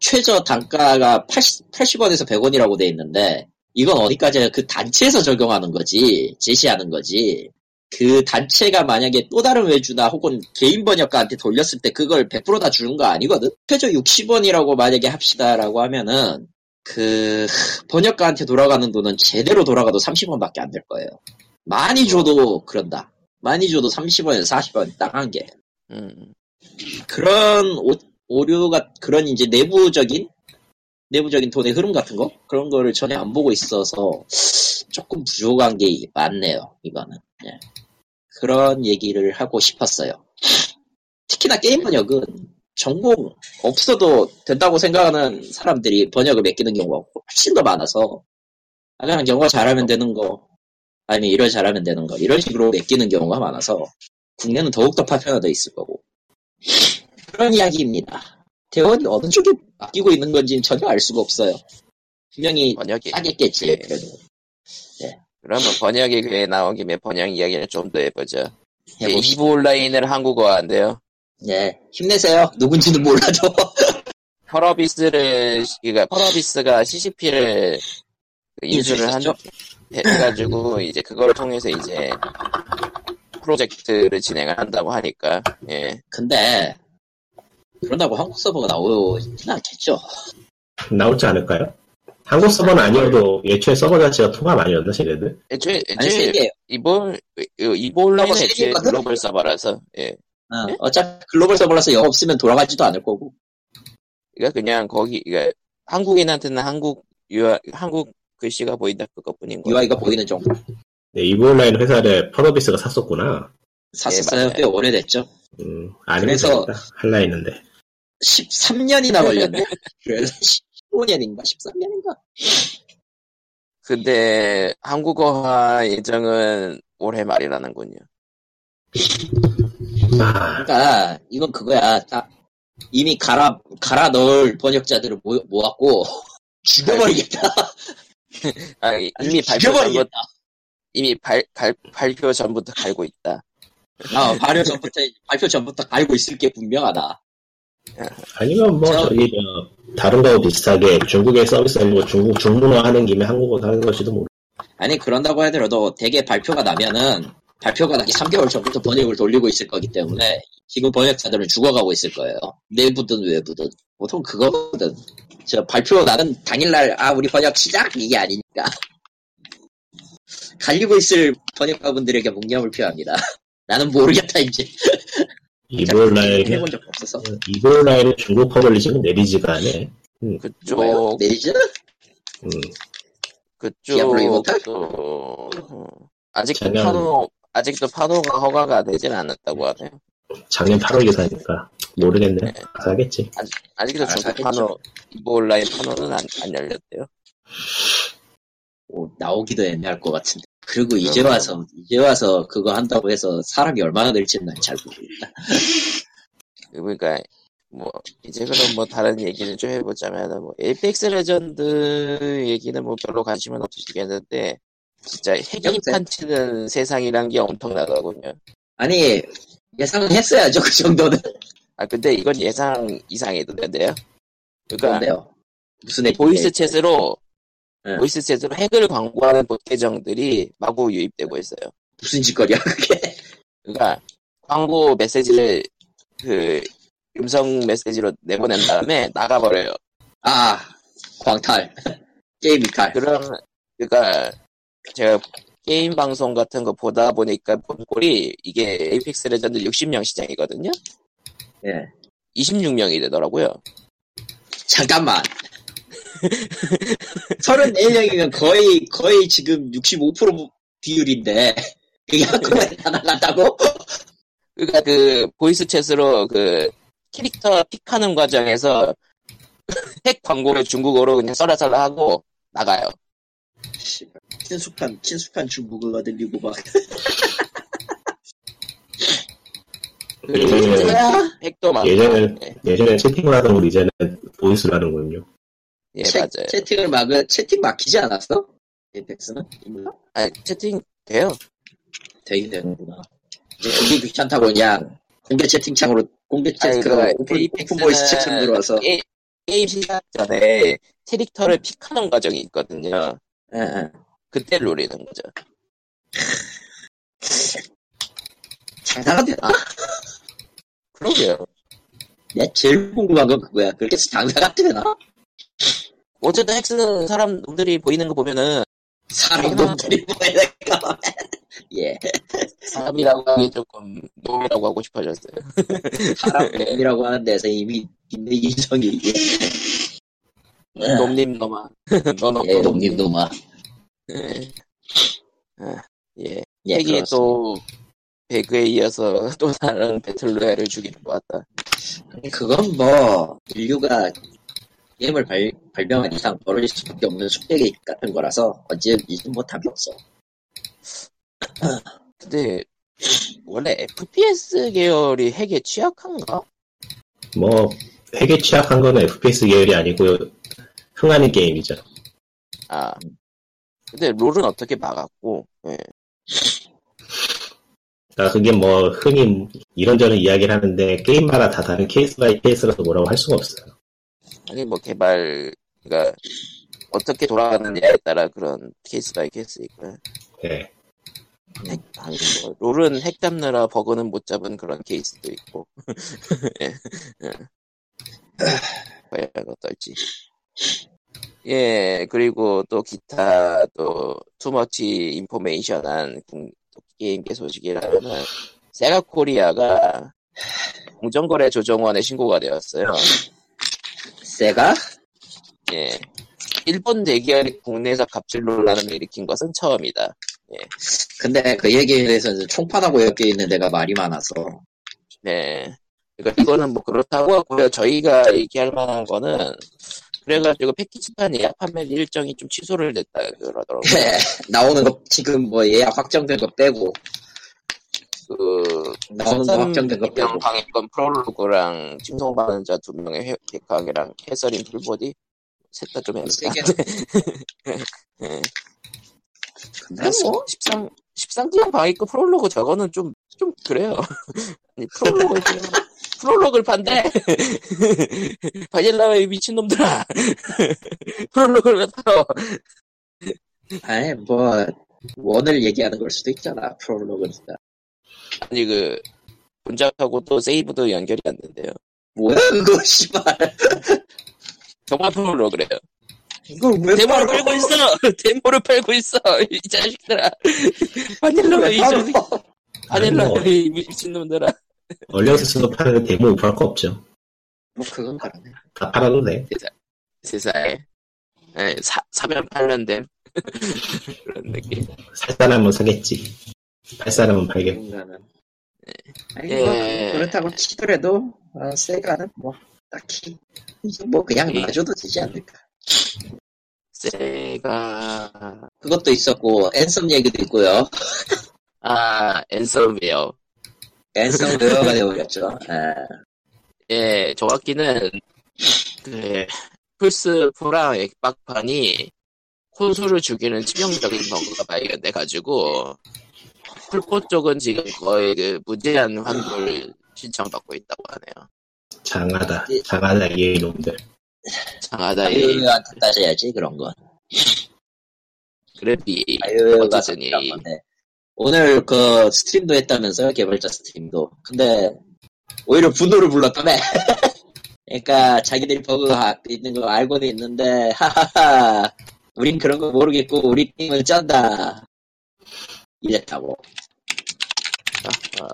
S2: 최저 단가가 80, 80원에서 100원이라고 돼 있는데, 이건 어디까지나 그 단체에서 적용하는 거지, 제시하는 거지. 그 단체가 만약에 또 다른 외주나 혹은 개인 번역가한테 돌렸을 때 그걸 100%다 주는 거 아니거든? 최저 60원이라고 만약에 합시다라고 하면은, 그, 번역가한테 돌아가는 돈은 제대로 돌아가도 30원밖에 안 될 거예요. 많이 줘도 그런다. 많이 줘도 30원에서 40원 딱 한 개.
S1: 음.
S2: 그런 오, 오류가 그런 이제 내부적인 내부적인 돈의 흐름 같은 거 그런 거를 전혀 안 보고 있어서 조금 부족한 게 많네요 이거는 예. 그런 얘기를 하고 싶었어요 특히나 게임 번역은 전공 없어도 된다고 생각하는 사람들이 번역을 맡기는 경우가 훨씬 더 많아서 아 그냥 영어 잘하면 되는 거 아니면 이런 잘하면 되는 거 이런 식으로 맡기는 경우가 많아서 국내는 더욱더 파편화돼 있을 거고 그런 이야기입니다. 대원이 어느 쪽에 맡기고 있는 건지는 전혀 알 수가 없어요. 분명히 뭐,
S1: 번역이.
S2: 하겠겠지.
S1: 예.
S2: 그래도
S1: 그러면 번역에 그에 나온 김에 번역 이야기를 좀 더 해보죠. 예,
S2: 해봅시다.
S1: 이브 온라인을 한국어 한대요.
S2: 예, 힘내세요. 누군지는 몰라도.
S1: 펄어비스를, 그러니까 펄어비스가 CCP를 인수를 한,
S2: 인수했었죠?
S1: 해가지고, 이제 그걸 통해서 이제 프로젝트를 진행을 한다고 하니까, 예.
S2: 근데 그런다고 한국 서버가 나오진 않겠죠.
S3: 나오지 않을까요? 한국 서버는 아니어도 예초에 서버 자체가 통합 아니었나 쟤네들?
S1: 애초에,
S2: 아니 세
S1: 애초에,
S2: 개예요.
S1: 이볼, 이볼라인
S2: 서버
S1: 애초에
S2: 세계거든?
S1: 글로벌 서버라서, 예.
S2: 어,
S1: 예?
S2: 어차피 글로벌 서버라서 영어 없으면 돌아가지도 않을 거고.
S1: 그러니까 그냥 거기, 그러니까 한국인한테는 한국, 유아, 한국 글씨가 보인다 그것뿐인 거예요.
S2: UI가 보이는 정도.
S3: 네, 이브온라인 회사를 펄어비스가 샀었구나.
S2: 샀었어요.
S1: 예, 맞아요.
S2: 꽤 오래됐죠.
S3: 음, 아니면
S2: 그래서-
S3: 되겠다. 할라 했는데.
S2: 13년이나 걸렸네. 그래서 15년인가 13년인가.
S1: 근데 한국어화 예정은 올해 말이라는군요.
S3: 아,
S2: 그러니까 이건 그거야. 딱 이미 갈아 갈아 넣을 번역자들을 모, 모았고 죽여버리겠다.
S1: 아, 이- 이미 발표 전부
S2: 죽여버리겠다.
S1: 이미 발, 갈- 발표 전부터 갈고 있다.
S2: 아, 발표 전부터 발표 전부터 알고 있을 게 분명하다.
S3: 아니면 뭐
S2: 저-
S3: 저... 기 다른 거 비슷하게 중국의 서비스 아니고 중국 중문화 하는 김에 한국어 하는 것이도 모르.
S2: 아니 그런다고 하더라도 대개 발표가 나면은 발표가 나기 3개월 전부터 번역을 돌리고 있을 거기 때문에 지금 번역자들은 죽어가고 있을 거예요. 내부든 외부든 보통 그거거든. 저 발표 나는 당일날 아 우리 번역 시작 이게 아니니까 갈리고 있을 번역가분들에게 묵념을 표합니다. 나는 모르겠다 이제
S3: 이브온라인
S2: 해본 적 없어서
S3: 이브온라인은 중국 퍼블리싱은 내리지가 않네.
S1: 그쪽
S2: 내리즈
S3: 음,
S1: 그쪽
S2: 뭐, 디아블로 이모탈?
S1: 또 어, 아직도
S3: 작년-
S1: 파노 아직도 파노가 허가가 되진 않았다고 하네요.
S3: 작년 8월 기사니까 모르겠네. 사겠지.
S1: 아직도
S2: 아,
S1: 중국
S2: 사겠죠.
S1: 파노 이브 온라인 파노는 안, 안 열렸대요.
S2: 오, 나오기도 애매할 것 같은데. 그리고 이제 와서 이제 와서 그거 한다고 해서 사람이 얼마나 늘지는 난 잘 모르겠다.
S1: 그러니까 뭐 이제 그럼 뭐 다른 얘기를 좀 해보자면 뭐 에이펙스 레전드 얘기는 뭐 별로 관심은 없으시겠는데 진짜 핵이
S2: 여보세요?
S1: 판치는 세상이란 게 엄청나더군요.
S2: 아니 예상은 했어야죠 그 정도는.
S1: 아 근데 이건 예상 이상이던데요. 그러니까
S2: 뭔데요? 무슨 애
S1: 보이스 챗으로
S2: 네.
S1: 보이스 챗으로 핵을 광고하는 봇 계정들이 마구 유입되고 있어요.
S2: 무슨 짓거리야 그게?
S1: 그러니까 광고 메시지를 그 음성 메시지로 내보낸 다음에 나가버려요.
S2: 아 광탈. 게임 이탈.
S1: 그럼 그러니까 제가 게임 방송 같은 거 보다 보니까 본 꼴이 이게 에이펙스 레전드 60명 시장이거든요.
S2: 예.
S1: 26명이 되더라고요.
S2: 잠깐만. 34명이면 거의, 거의 지금 65% 비율인데, 그게 한꺼번에 다 나갔다고?
S1: 그러니까 그 보이스 챗으로 그 캐릭터 픽하는 과정에서 핵 광고를 중국어로 그냥 썰라썰라 하고 나가요.
S2: 씨발, 친숙한, 친숙한 중국어가 들리고 막.
S1: 그리고
S3: 예.
S1: 심지어 핵도 많고.
S3: 예전에
S1: 예,
S3: 예전에 채팅을 하던 걸 이제는 보이스로 하는군요.
S1: 예,
S2: 채,
S1: 맞아요.
S2: 채팅을 막은, 채팅 막히지 않았어? 에펙스는? 몰라?
S1: 아니, 채팅 돼요.
S2: 되긴 되는구나. 이제 그게 귀찮다고 그냥, 공개 채팅창으로, 공개 채팅, 그,
S1: 아이고,
S2: 오픈, 오픈
S1: 에이펙스는
S2: 보이스 채팅 들어와서.
S1: 예, 게임 시작 전에 캐릭터를 픽하는 과정이 있거든요.
S2: 예, 예.
S1: 그때 노리는 거죠.
S2: 장사가 되나?
S1: 그러게요.
S2: 내 제일 궁금한 건 그거야. 그렇게 해서 장사가 되나?
S1: 어쨌든 핵 쓰는 사람들이 보이는 거 보면은
S2: 사람 놈들이 뭐야, 예,
S1: 사람이라고 하기 조금 놈이라고 하고 싶어졌어요.
S2: 사람 놈이라고 하는 데서 이미 있는 인성이. 예.
S1: 놈님 놈아. 너놈
S2: 예, 놈님 놈아.
S1: 예.
S2: 예,
S1: 핵이
S2: 그렇습니다.
S1: 또 배그에 이어서 또 다른 배틀로얄을 주기로 보았다.
S2: 그건 뭐, 인류가 게임을 발, 발명한 이상 벌어질 수밖에 없는 숙제기 같은 거라서 언제인지 뭐 답이 없어.
S1: 근데 원래 FPS 계열이 핵에 취약한가?
S3: 뭐 핵에 취약한 거는 FPS 계열이 아니고요. 흥하는 게임이죠.
S1: 아. 근데 롤은 어떻게 막았고, 예.
S3: 아, 그게 뭐 흔히 이런저런 이야기를 하는데 게임마다 다 다른 케이스 바이 케이스라서 뭐라고 할 수가 없어요.
S1: 아니 뭐 개발, 그니까 어떻게 돌아가느냐에 따라 그런 케이스 바이 케이스니까.
S3: 예.
S1: 핵, 아니 뭐 롤은 핵 잡느라 버그는 못 잡은 그런 케이스도 있고. 예. 예. 과연 어떨지. 예, 그리고 또 기타, 또, 투머치 인포메이션한 국- 게임계 소식이라면은, 세가 코리아가 공정거래 조정원에 신고가 되었어요.
S2: 세가?
S1: 예. 일본 대기업이 국내에서 갑질 논란을 일으킨 것은 처음이다.
S2: 근데 그 얘기에 대해서는 총판하고 엮여 있는 데가 말이 많아서.
S1: 네. 그러니까 이거는 뭐 그렇다고 하고요. 저희가 얘기할 만한 거는 그래가지고 패키지판 예약 판매 일정이 좀 취소를 됐다 그러더라고요.
S2: 네. 나오는 거 지금 뭐 예약 확정된 거 빼고
S1: 그
S2: 네. 나오는 거 확정된 거 빼고.
S1: 방해권 프롤로그랑 칭송받은 자 두 명의 백학이랑 캐서린 풀보디 셋 다 좀
S2: 세
S1: 했어요.
S2: 개.
S1: 네.
S2: 근데 뭐
S1: 13 13기간 방해권 프롤로그 저거는 좀 좀 그래요. 아니 프롤로그 프롤로그를 판대. 바닐라의 미친놈들아. 프롤로그를 팔어.
S2: 아니 뭐 원을 얘기하는 걸 수도 있잖아 프롤로그니까.
S1: 아니 그 본작하고 또 세이브도 연결이 안 된대요.
S2: 뭐야 그거 씨발.
S1: 정말 프로로 그래요.
S2: 이걸 왜
S1: 데모를
S2: 팔아?
S1: 팔고 있어. 데모를 팔고 있어. 이 자식들아. 바닐라
S2: 왜
S1: 이
S2: 팔아? 아,
S1: 자식. 바닐라 이 미친놈들아.
S3: 얼리어스도 파는 데모 오프할 거 없죠.
S2: 뭐 그건 다르네.
S3: 다 팔아도 돼.
S1: 세상에. 예, 사, 사면 팔면됨. 그런 느낌.
S3: 살 사람은 사겠지. 팔 사람은 팔겠.
S2: 누군가는. 아니, 뭐
S1: 예.
S2: 그렇다고 치더라도 아, 세가는 뭐 딱히 이제 뭐 그냥
S1: 예.
S2: 놔줘도 되지 않을까.
S1: 세가.
S2: 그것도 있었고 앤썸 얘기도 있고요.
S1: 아, 앤썸웨어.
S2: 앤썸 웨어가 되어버렸죠. 예.
S1: 예, 정확히는 그 플스 포랑 액박판이 콘솔을 죽이는 치명적인 버그가 발견돼 가지고 풀포 쪽은 지금 거의 그 무제한 환불 신청받고 있다고 하네요.
S3: 장하다. 장하다 이 놈들.
S1: 장하다이
S2: 바이오웨어한테 따져야지 그런 건.
S1: 그래비
S2: 바이오웨어가
S1: 어쨌든이.
S2: 답답한 건데. 오늘 그 스트림도 했다면서요 개발자 스트림도. 근데 오히려 분노를 불렀다며. 그러니까 자기들이 버그가 있는 거 알고는 있는데 하하하 우린 그런 거 모르겠고 우리 팀은 짠다 이랬다고
S1: 아.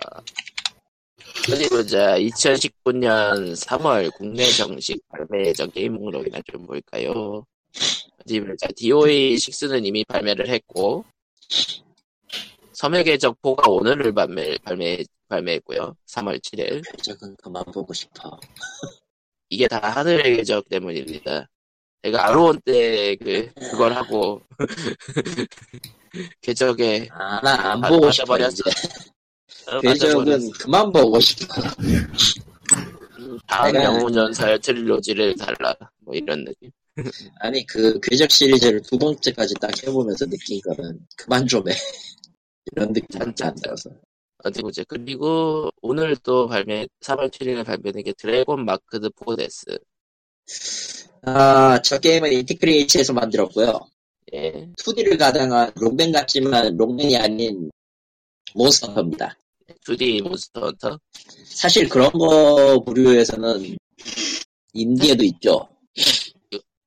S1: 어디 보자. 2019년 3월 국내 정식 발매 예정 게임 목록이나 좀 볼까요? 어디 보자. DOA 6는 이미 발매를 했고, 섬에게 적포가 오늘을 발매, 발매, 발매했고요. 3월 7일.
S2: 표적은 그만 보고 싶어
S1: 이게 다 하늘의 계적 때문입니다. 제가 아로온 때 그, 그걸 하고, 계적에
S2: 아나 안
S1: 아,
S2: 보고
S1: 맞아
S2: 싶어
S1: 버렸어.
S2: 이제
S1: 맞아버렸어.
S2: 표적은 그만 보고 싶어
S1: 다음
S2: 내가-
S1: 영웅 전사의 트릴로지를 달라. 뭐 이런 느낌.
S2: 아니 그 궤적 시리즈를 두 번째까지 딱 해보면서 느낀 거는 그만 좀해 이런 느낌밖에 안 들어서
S1: 어디 보자. 그리고 오늘 또 발매, 4월 7일에 발매된 게 드래곤 마크드 포데스.
S2: 아, 저 게임은 인티크리에이츠에서 만들었고요.
S1: 예.
S2: 2D를 가장한 롱맨 같지만 롱맨이 아닌 몬스터입니다.
S1: 2D 몬스터 헌터.
S2: 사실 그런 거 부류에서는 인디에도 있죠.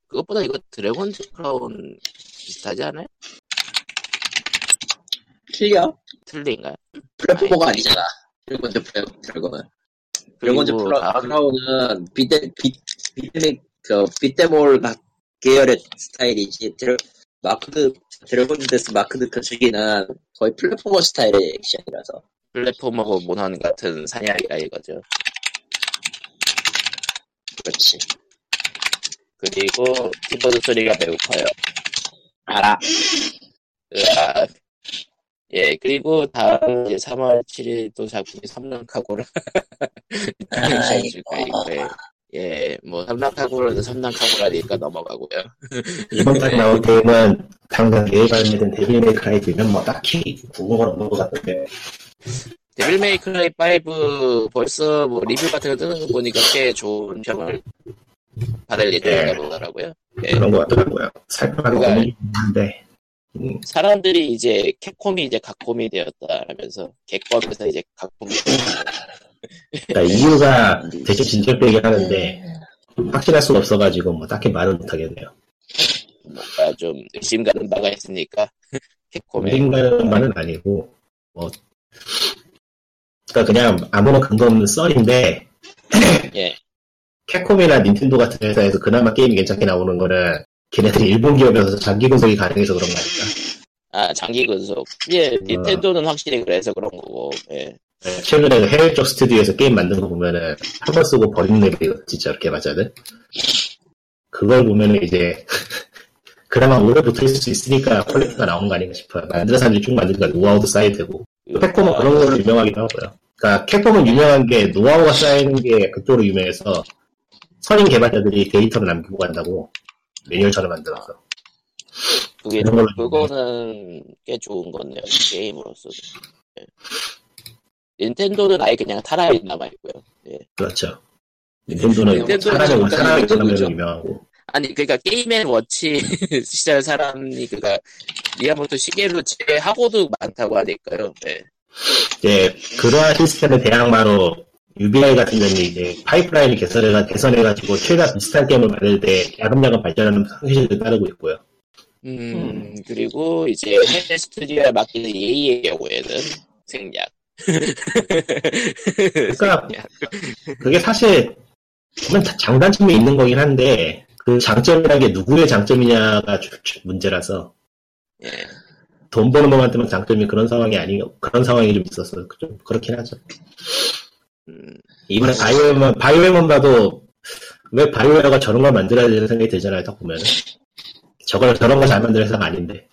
S1: 그것보다 이거 드래곤 크라운 비슷하지 않아요?
S2: 틀려?
S1: 틀린가? 요
S2: 플랫포머가 아니잖아. 드래곤즈 플랫, 드래곤은. 드래곤즈
S1: 그리고
S2: 플라-
S1: 다음
S2: 플라우는 비데, 비, 비데믹, 그, 비데몰 가- 계열의 스타일이지. 드래, 마크드, 드래곤즈데스 마크드 터치기는 거의 플랫포머 스타일의 액션이라서.
S1: 플랫폼하고 모난 같은 사냥이라 이거죠.
S2: 그렇지.
S1: 그리고 키보드 소리가 매우 커요.
S2: 알아.
S1: 으악. 예, 그리고 다음 이제 3월 7일 또 작품이 삼랑카고라.
S2: 아이고.
S1: 예, 예, 뭐 삼랑카고라는 삼랑카고라니까 넘어가고요.
S3: 이번 달에 나온 게임은 당장 내일 발매된 데빌 메이크라이즈는 뭐 딱히 구멍을 없는 것 같은데
S1: 데빌 메이크라이 5 벌써 뭐 리뷰 같은 거 뜨는 거 보니까 꽤 좋은 평을 받을 예정인가
S2: 네.
S3: 예.
S1: 보더라고요. 예.
S3: 그런 것 같더라고요. 살펴봐도
S1: 그러니까-
S3: 없는 건데
S1: 사람들이 이제 캡콤이 이제 각콤이 되었다 하면서 객검에서 이제 각콤이 되었다.
S3: 그러니까 이유가 대신 진절되긴 하는데 확실할 수가 없어가지고 뭐 딱히 말은 못하겠네요.
S1: 뭔가 좀 의심 가는 바가 있으니까 캡콤에
S3: 고민가는 말은 아니고 뭐 그러니까 그냥 아무런 근거 없는 썰인데
S1: 예.
S3: 캡콤이나 닌텐도 같은 회사에서 그나마 게임이 괜찮게 나오는 거는 걔네들이 일본 기업이라서 장기 분석이 가능해서 그런 거 아닐까.
S1: 아 장기 근속
S3: 아.
S1: 예 닌텐도는 확실히 그래서 그런 거고 예
S3: 네, 최근에 그 해외 쪽 스튜디오에서 게임 만드는 거 보면은 한 번 쓰고 버리는 애들이 진짜 이렇게 맞아들. 그걸 보면은 이제 그나마 오래 붙어 있을 수 있으니까 퀄리티가 나오는 거 아닌가 싶어요. 만드는 사람들이 쭉 만드니까 노하우도 쌓이되고 캡콤은 그런 걸로 유명하기도 하고요. 그러니까 캡콤은 유명한 게 노하우가 쌓이는 게 그쪽으로 유명해서 선임 개발자들이 데이터를 남기고 간다고 매뉴얼처럼 만들어서
S1: 그게
S3: 그런 걸로
S1: 그거는 꽤 좋은 거네요 게임으로서 예. 닌텐도는 아예 그냥 타라에 남아 있고요
S3: 그렇죠. 닌텐도는
S1: 닌텐도는
S3: 사람의 사람의
S2: 닌텐도죠.
S3: 원상으로 유명하고
S1: 아니 그러니까 게임앤 워치 시절 사람이 그러니까 그니까 리아모토 시계로 제하고도 많다고 하니까요 예
S3: 이제 그러한 시스템의 대항마로 UBI 같은 경우 이제 파이프라인을 개설해가 개선해가지고 최대한 비슷한 게임을 만들 때 야금야금 발전하는 형식을 따르고 있고요.
S1: 음, 그리고 이제 해외 스튜디오에 맡기는 예의의 경우에는 생략.
S3: 그러니까 그게 사실 물론 다- 장단점이 있는 거긴 한데 그 장점이라는 게 누구의 장점이냐가 주- 주- 문제라서
S1: 예.
S3: 돈 버는 놈한테만 뭐 장점이 그런 상황이 아니 그런 상황이 좀 있었어요. 좀 그렇긴 하죠.
S1: 음,
S3: 이번에 바이오웨만 바이오웨만 봐도 왜 바이오웨어가 저런 걸 만들어야 되는 생각이 들잖아요. 딱 보면은 저걸 저런 거 잘 만드는 회사가 아닌데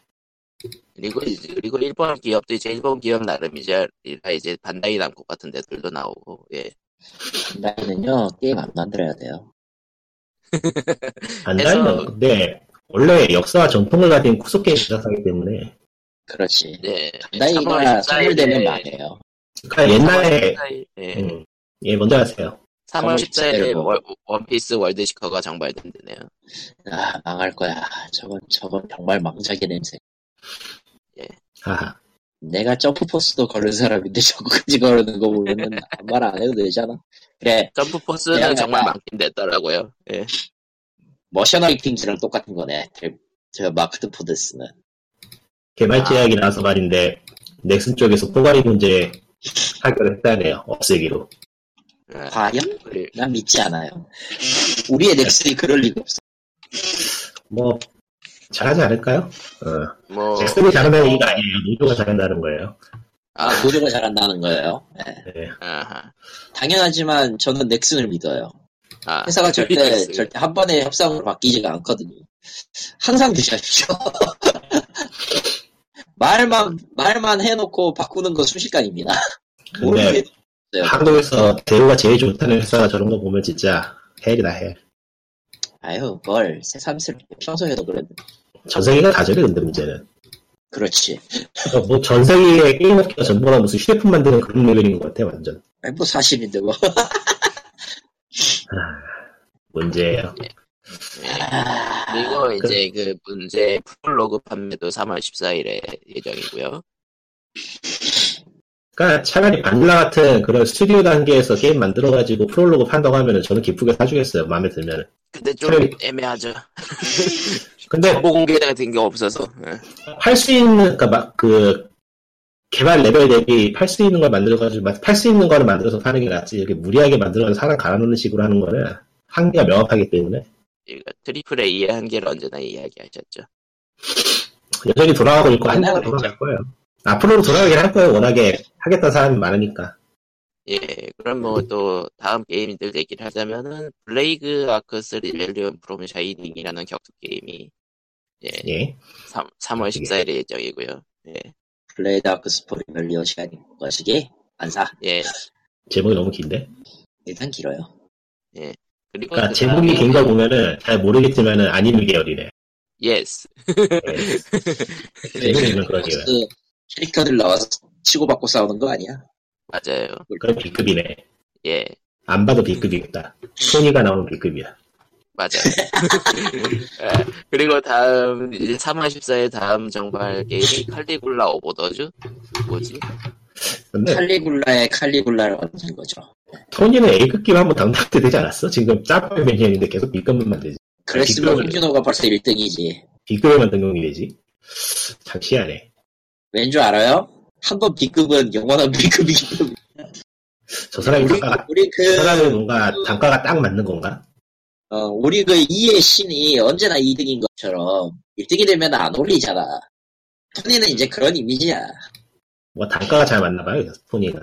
S1: 그리고, 이제- 그리고 일본 기업도 이제 일본 기업 나름 이제, 이제 반다이 남코 같은 데들도 나오고, 예.
S2: 나는요 게임 안 만들어야 돼요.
S3: 안
S1: 그래서-
S3: 달려. 근데 원래 역사와 전통을 가진 쿠소 게임 제작사기 때문에
S2: 그렇지.
S1: 네.
S2: 나이가 선물되면 말해요.
S3: 그러니까 옛날에
S1: 14일, 예.
S3: 음, 예 먼저 하세요.
S1: 3월
S2: 14일
S1: 14일에
S2: 뭐.
S1: 월, 원피스 월드 시커가 정발된대네요.
S2: 아 망할 거야. 저건 저건 정말 망작의 냄새.
S3: 하하.
S2: 내가 점프포스도 걸은 사람인데 저거까지 거르는 거 보면은 아무 말 안 해도 되잖아. 그래,
S1: 점프
S2: 야,
S1: 포스는 정말
S2: 야.
S1: 많긴 됐더라고요. 예.
S2: 머셔널 킹즈랑 똑같은 거네. 대- 저 마크드 포데스는.
S3: 개발 제약이 나서 말인데 넥슨 쪽에서 포괄이 문제 해결을 했다네요. 없애기로.
S1: 예.
S2: 과연?
S1: 그리-
S2: 난 믿지 않아요. 우리의 넥슨이 그럴 리가 없어.
S3: 뭐 잘하지 않을까요? 어.
S1: 뭐,
S3: 넥슨이 잘한다는 얘기가 아니에요. 노조가 잘한다는 거예요.
S1: 아,
S2: 아, 노조가 잘한다는 거예요. 예.
S3: 네.
S1: 아하.
S2: 당연하지만 저는 넥슨을 믿어요.
S1: 아,
S2: 회사가 절대
S1: 넷플릭스.
S2: 절대 한 번에 협상으로 바뀌지가 않거든요. 항상 드셔야죠. 말만 말만 해놓고 바꾸는 거 순식간입니다.
S3: 근데 한국에서 대우가 제일 좋다는 회사가 저런 거 보면 진짜 헬이다 헬.
S2: 아유 뭘 새삼스럽게 평소에도 그랬는데
S3: 전 세계가 다 저래 근데 문제는.
S2: 그렇지.
S3: 뭐 전 세계의 게임 업계가 전부가 무슨 휴대폰 만드는 그런 레벨인 것 같아 완전.
S2: 아니, 뭐 사실인데 뭐.
S3: 문제예요.
S1: 아,
S2: 아,
S1: 그리고 이제 그 문제 프롤로그 판매도 3월 14일에 예정이고요. 그러니까
S3: 차라리 반라 같은 그런 스튜디오 단계에서 게임 만들어가지고 프롤로그 판다고 하면은 저는 기쁘게 사주겠어요. 마음에 들면은.
S1: 근데 좀
S3: 그래.
S1: 애매하죠.
S3: 근데
S1: 정보 공개 같은 게 없어서. 예.
S3: 팔 수 있는 그러니까 막 그 개발 레벨 대비 팔 수 있는 걸 만들어가지고 팔 수 있는 거를 만들어서 파는 게 낫지 이렇게 무리하게 만들어서 사람 갈아넣는 식으로 하는 거는 한계가 명확하기 때문에
S1: 그러니까 트리플 A의 한계를 언제나 이야기하셨죠.
S3: 여전히 돌아가고 있고 한계가
S2: 옛날에
S3: 돌아갈 거예요. 앞으로도 돌아가긴 할 거예요. 워낙에 하겠다 사람이 많으니까.
S1: 예, 그럼 뭐 또 다음 게임들 얘기를 하자면은 블레이그 아크 3 렐리온 프롬 샤이닝이라는 격투 게임이 예,
S3: 예.
S1: 3, 3월 14일에 예정이고요. 예,
S2: 블레이드 아크 스포리 멸리오 시간이 거시기 안 사.
S1: 예,
S3: 제목이 너무 긴데.
S2: 일단 길어요.
S1: 그리고
S3: 그러니까
S1: 그
S3: 제목이
S1: 다음에-
S3: 긴 거 보면은 잘 모르겠지만은 아니면 계열이네.
S1: 예스.
S3: 예. 제목이면 그러게요.
S2: 그 캐릭터들 나와서 치고받고 싸우는 거 아니야?
S1: 맞아요.
S3: 그럼 B급이네.
S1: 예,
S3: 안 봐도 B급이겠다. 소니가 나온 B급이야.
S1: 맞아요. 예, 그리고 다음 이제 3월 14일 다음 정발 게임이 칼리굴라 오버더즈 뭐지?
S3: 근데
S2: 칼리굴라의 칼리굴라를 만든 거죠.
S3: 토니는 A급 게임 한번 당당게 되지 않았어? 지금 짬뽕 매니아인데 계속 B급만 만들지.
S2: 그랬으면
S3: 비교를-
S2: 홍준호가 벌써 1등이지.
S3: B급에 만든 경이 되지. 참 희한해.
S2: 왠 줄 알아요? 한 번 B급은 영원한 B급이기 때문에
S3: 저 사람이
S2: 우리,
S3: 뭔가,
S2: 우리
S3: 저
S2: 그
S3: 사람이 뭔가 단가가 딱 맞는 건가?
S2: 어, 우리 그 2의 신이 언제나 2등인 것처럼 1등이 되면 안 올리잖아 토니는 이제 그런 이미지야
S3: 뭐 단가가 잘 맞나 봐요, 토니가.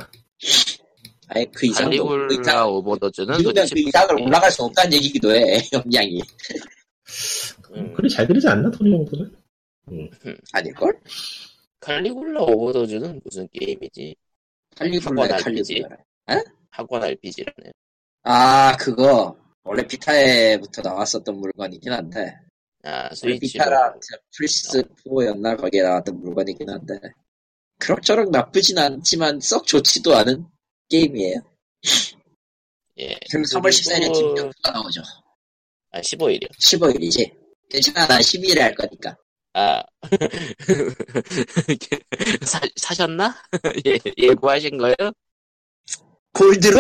S2: 아예 그 이상도 그
S1: 칼리굴라
S2: 이상,
S1: 오버더즈는 예,
S2: 지금은 그 이상을 올라갈 수 없다는 얘기기도 해 역량이
S1: 음.
S3: 그래, 잘 그리지 않나, 토니 정도는?
S2: 아닐걸?
S1: 칼리굴라 오버더즈는 무슨 게임이지? 한번
S2: 칼리굴라야
S1: 알지.
S2: 칼리굴라
S1: 학원 RPG라네요.
S2: 아 그거 원래 비타에부터 나왔었던 물건이긴 한데
S1: 아, 스위치로.
S2: 비타랑 플스4였나 거기에 나왔던 물건이긴 한데 그럭저럭 나쁘진 않지만 썩 좋지도 않은 게임이에요
S1: 예.
S2: 그럼 3월 14일에
S1: 그리고-
S2: 딥경프가 나오죠
S1: 아, 15일이요.
S2: 15일이지 괜찮아 난 12일에 할 거니까
S1: 아. 사, 사셨나? 예, 예고하신 거예요?
S2: 골드로?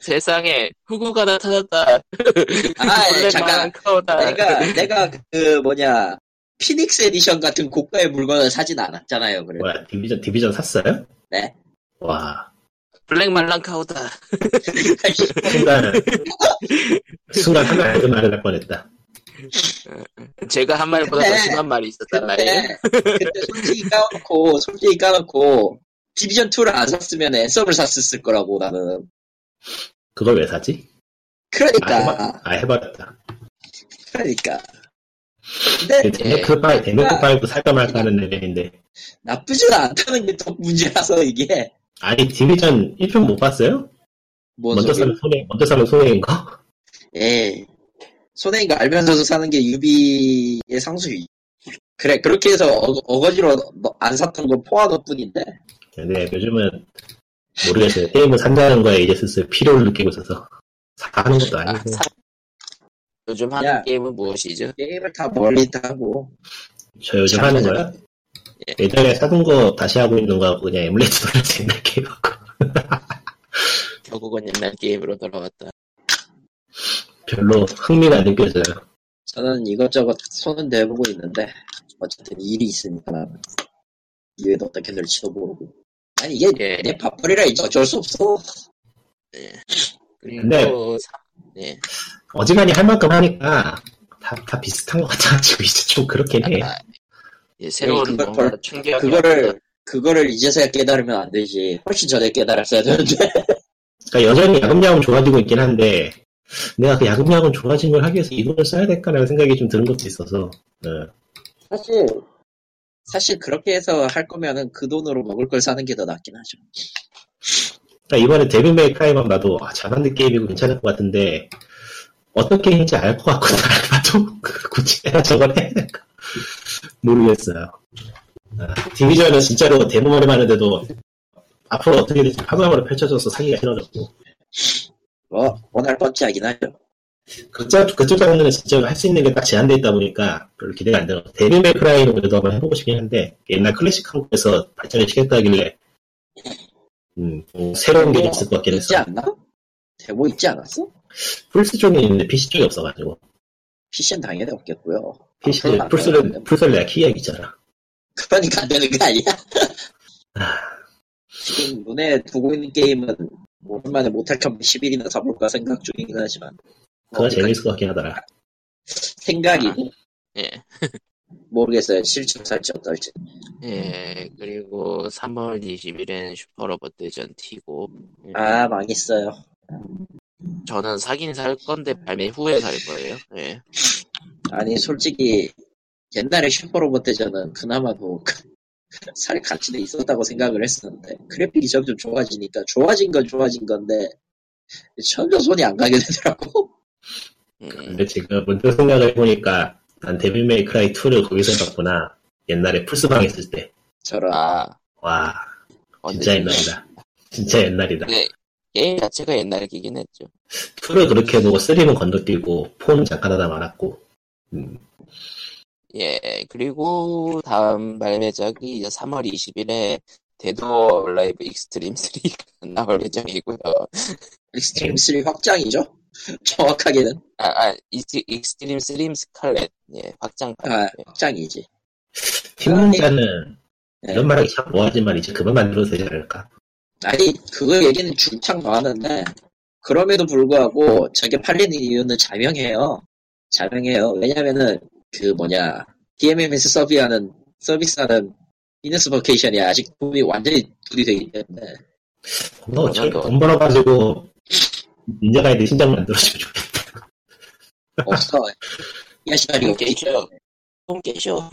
S1: 세상에, 후구가 나타났다.
S2: 아 예, 잠깐 그러니까
S1: 크다
S2: 내가 내가 그 뭐냐 피닉스 에디션 같은 고가의 물건을 사진 않았잖아요 그래
S3: 뭐야, 디비전, 디비전 샀어요?
S2: 네.
S3: 와,
S1: 블랙 말랑카우다.
S3: 순간, 순간 하나 알고 말을 할 뻔했다.
S1: 제가 한 말보다 더
S2: 근데-
S1: 심한 말이 있었단 말이에요.
S2: 근데 그때 솔직히 까놓고 솔직히 까놓고 디비전 2를 안 샀으면 앤썸을 샀을 거라고 나는
S3: 그걸 왜 사지? 아, 해봐,
S2: 그러니까
S3: 아, 해버렸다.
S2: 그러니까
S1: 네.
S2: 근데
S3: 데메크 파이, 데메크 파이브 살까 말까 하는 레벨인데.
S2: 나쁘진 않다는 게 더 문제라서 이게
S3: 아니, 디비전 1편 못 봤어요?
S2: 뭔
S3: 먼저
S2: 소리야
S3: 사면 손해, 먼저 사면 손해인가?
S2: 예. 손해인 거 알면서도 사는 게 유비의 상수위. 그래, 그렇게 해서 어, 거지로안 샀던 건 포화도 뿐인데.
S3: 근데 요즘은 모르겠어요. 게임을 산다는 거에 이제 슬슬 필요를 느끼고 있어서 사는 것도
S1: 아,
S3: 아니고
S1: 사- 요즘 하는
S2: 야.
S1: 게임은 무엇이죠?
S2: 게임을 다 멀리 하고.
S3: 저 요즘
S2: 참-
S3: 하는 거야? 예전에 사둔 거 다시 하고 있는 거하고 그냥 에뮬레이터로 해서 옛날 게임하고
S1: 결국은 옛날 게임으로 돌아왔다.
S3: 별로 흥미가 안 느껴져요.
S2: 저는 이것저것 손은 대보고 있는데 어쨌든 일이 있으니까 나는 이외에도 어떻게 될지도 모르고 아니 이게
S1: 예.
S2: 내 밥벌이라 이제 어쩔 수 없어
S1: 그리고
S3: 근데-
S1: 사- 네.
S3: 어지간히 할 만큼 하니까 다, 다 비슷한 것 같아가지고 이제 좀 그렇긴 해.
S1: 아, 예, 새로운
S2: 그걸
S1: 뭔가
S2: 벌-
S1: 충격
S2: 그거를 그거를 이제서야 깨달으면 안 되지 훨씬 전에 깨달았어야 되는데
S3: 그러니까 여전히 야금야금 좋아지고 있긴 한데 내가 그 야금야금 좋아진 걸 하기 위해서 이걸 써야 될까라는 생각이 좀 드는 것도 있어서 어,
S2: 사실 사실 그렇게 해서 할 거면은 그 돈으로 먹을 걸 사는 게 더 낫긴 하죠
S3: 그러니까 이번에 데빌메이크라이만 봐도 아, 잘 만든 게임이고 괜찮을 것 같은데 어떤 게임인지 알 것 같거든 봐도 굳이 내가 저걸 해야 될까 모르겠어요 아, 디비전은 진짜로 데모를 하는데도 앞으로 어떻게 될지 파도함으로 펼쳐져서 사기가 싫어졌고
S2: 뭐 원할 뻔치하긴 하죠
S3: 그쪽, 그쪽 장르는 진짜 할 수 있는 게 딱 제한되어 있다 보니까 별로 기대가 안 들어. 데빌 메크라이는 그래도 한번 해보고 싶긴 한데, 옛날 클래식 한국에서 발전을 시켰다길래, 음, 뭐 새로운 게 있을 것 같긴
S2: 있지
S3: 했어.
S2: 않나? 대본 있지 않았어?
S3: 플스 쪽에 있는데 PC 쪽이 없어가지고.
S2: PC는 당연히 없겠고요
S3: PC,
S2: 아,
S3: 플스를, 플스를 내가 키기가 있잖아.
S2: 그러니까 안 되는 거 아니야?
S3: 아,
S2: 지금 눈에 두고 있는 게임은 뭐 오랜만에 모탈 컴 10일이나 사볼까 생각 중이긴 하지만
S3: 그거
S2: 어,
S3: 재밌을 것 같긴 하더라.
S2: 생각이고
S1: 예.
S2: 모르겠어요 실제로 살지 어떨지
S1: 예, 그리고 3월 20일엔 슈퍼로봇 대전 튀고, 예,
S2: 아 망했어요
S1: 저는 사긴 살 건데 발매 후에 살 거예요. 예.
S2: 아니 솔직히 옛날에 슈퍼로봇 대전은 그나마도 살 가치도 있었다고 생각을 했었는데 그래픽이 점점 좋아지니까 좋아진 건 좋아진 건데 점점 손이 안 가게 되더라고
S1: 음,
S3: 근데 지금 문득 생각을 해보니까, 난 데빌 메이크라이 2를 거기서 봤구나. 옛날에 플스방 있을 때.
S2: 저런
S1: 아,
S3: 와,
S1: 어, 근데
S3: 진짜 옛날이다. 진짜 옛날이다.
S1: 근데 게임 자체가 옛날에 끼긴 했죠.
S3: 2를 그렇게 해보고, 3는 건너뛰고, 4는 잠깐 하다 말았고, 음.
S1: 예, 그리고 다음 발매작이 이제 3월 20일에 데도 라이브 익스트림 3가 나올 예정이고요.
S2: 익스트림 3 확장이죠 정확하게는
S1: 아, 아 익스, 익스트림 3 스칼렛, 예, 확장판.
S2: 아 확장이지
S3: 팀문자는
S2: 네.
S3: 이런 말하기 참 뭐하지만 이제 그만 만들어도 되지 않을까?
S2: 아니 그거 얘기는 중창 나왔는데 그럼에도 불구하고 저게 팔리는 이유는 자명해요. 자명해요. 왜냐면은 그 뭐냐 DMM에서 서비하는 서비스하는 비즈니스 버케이션이 아직 돈이 완전히 둘이 되기 때문에
S3: 뭐 어차피
S1: 그건
S3: 돈 벌어가지고 닌자가이드 신작 만들어주면 좋겠다.
S2: 없어. 야시다리
S1: 홈
S2: 없지.
S1: 깨셔. 홈 깨셔.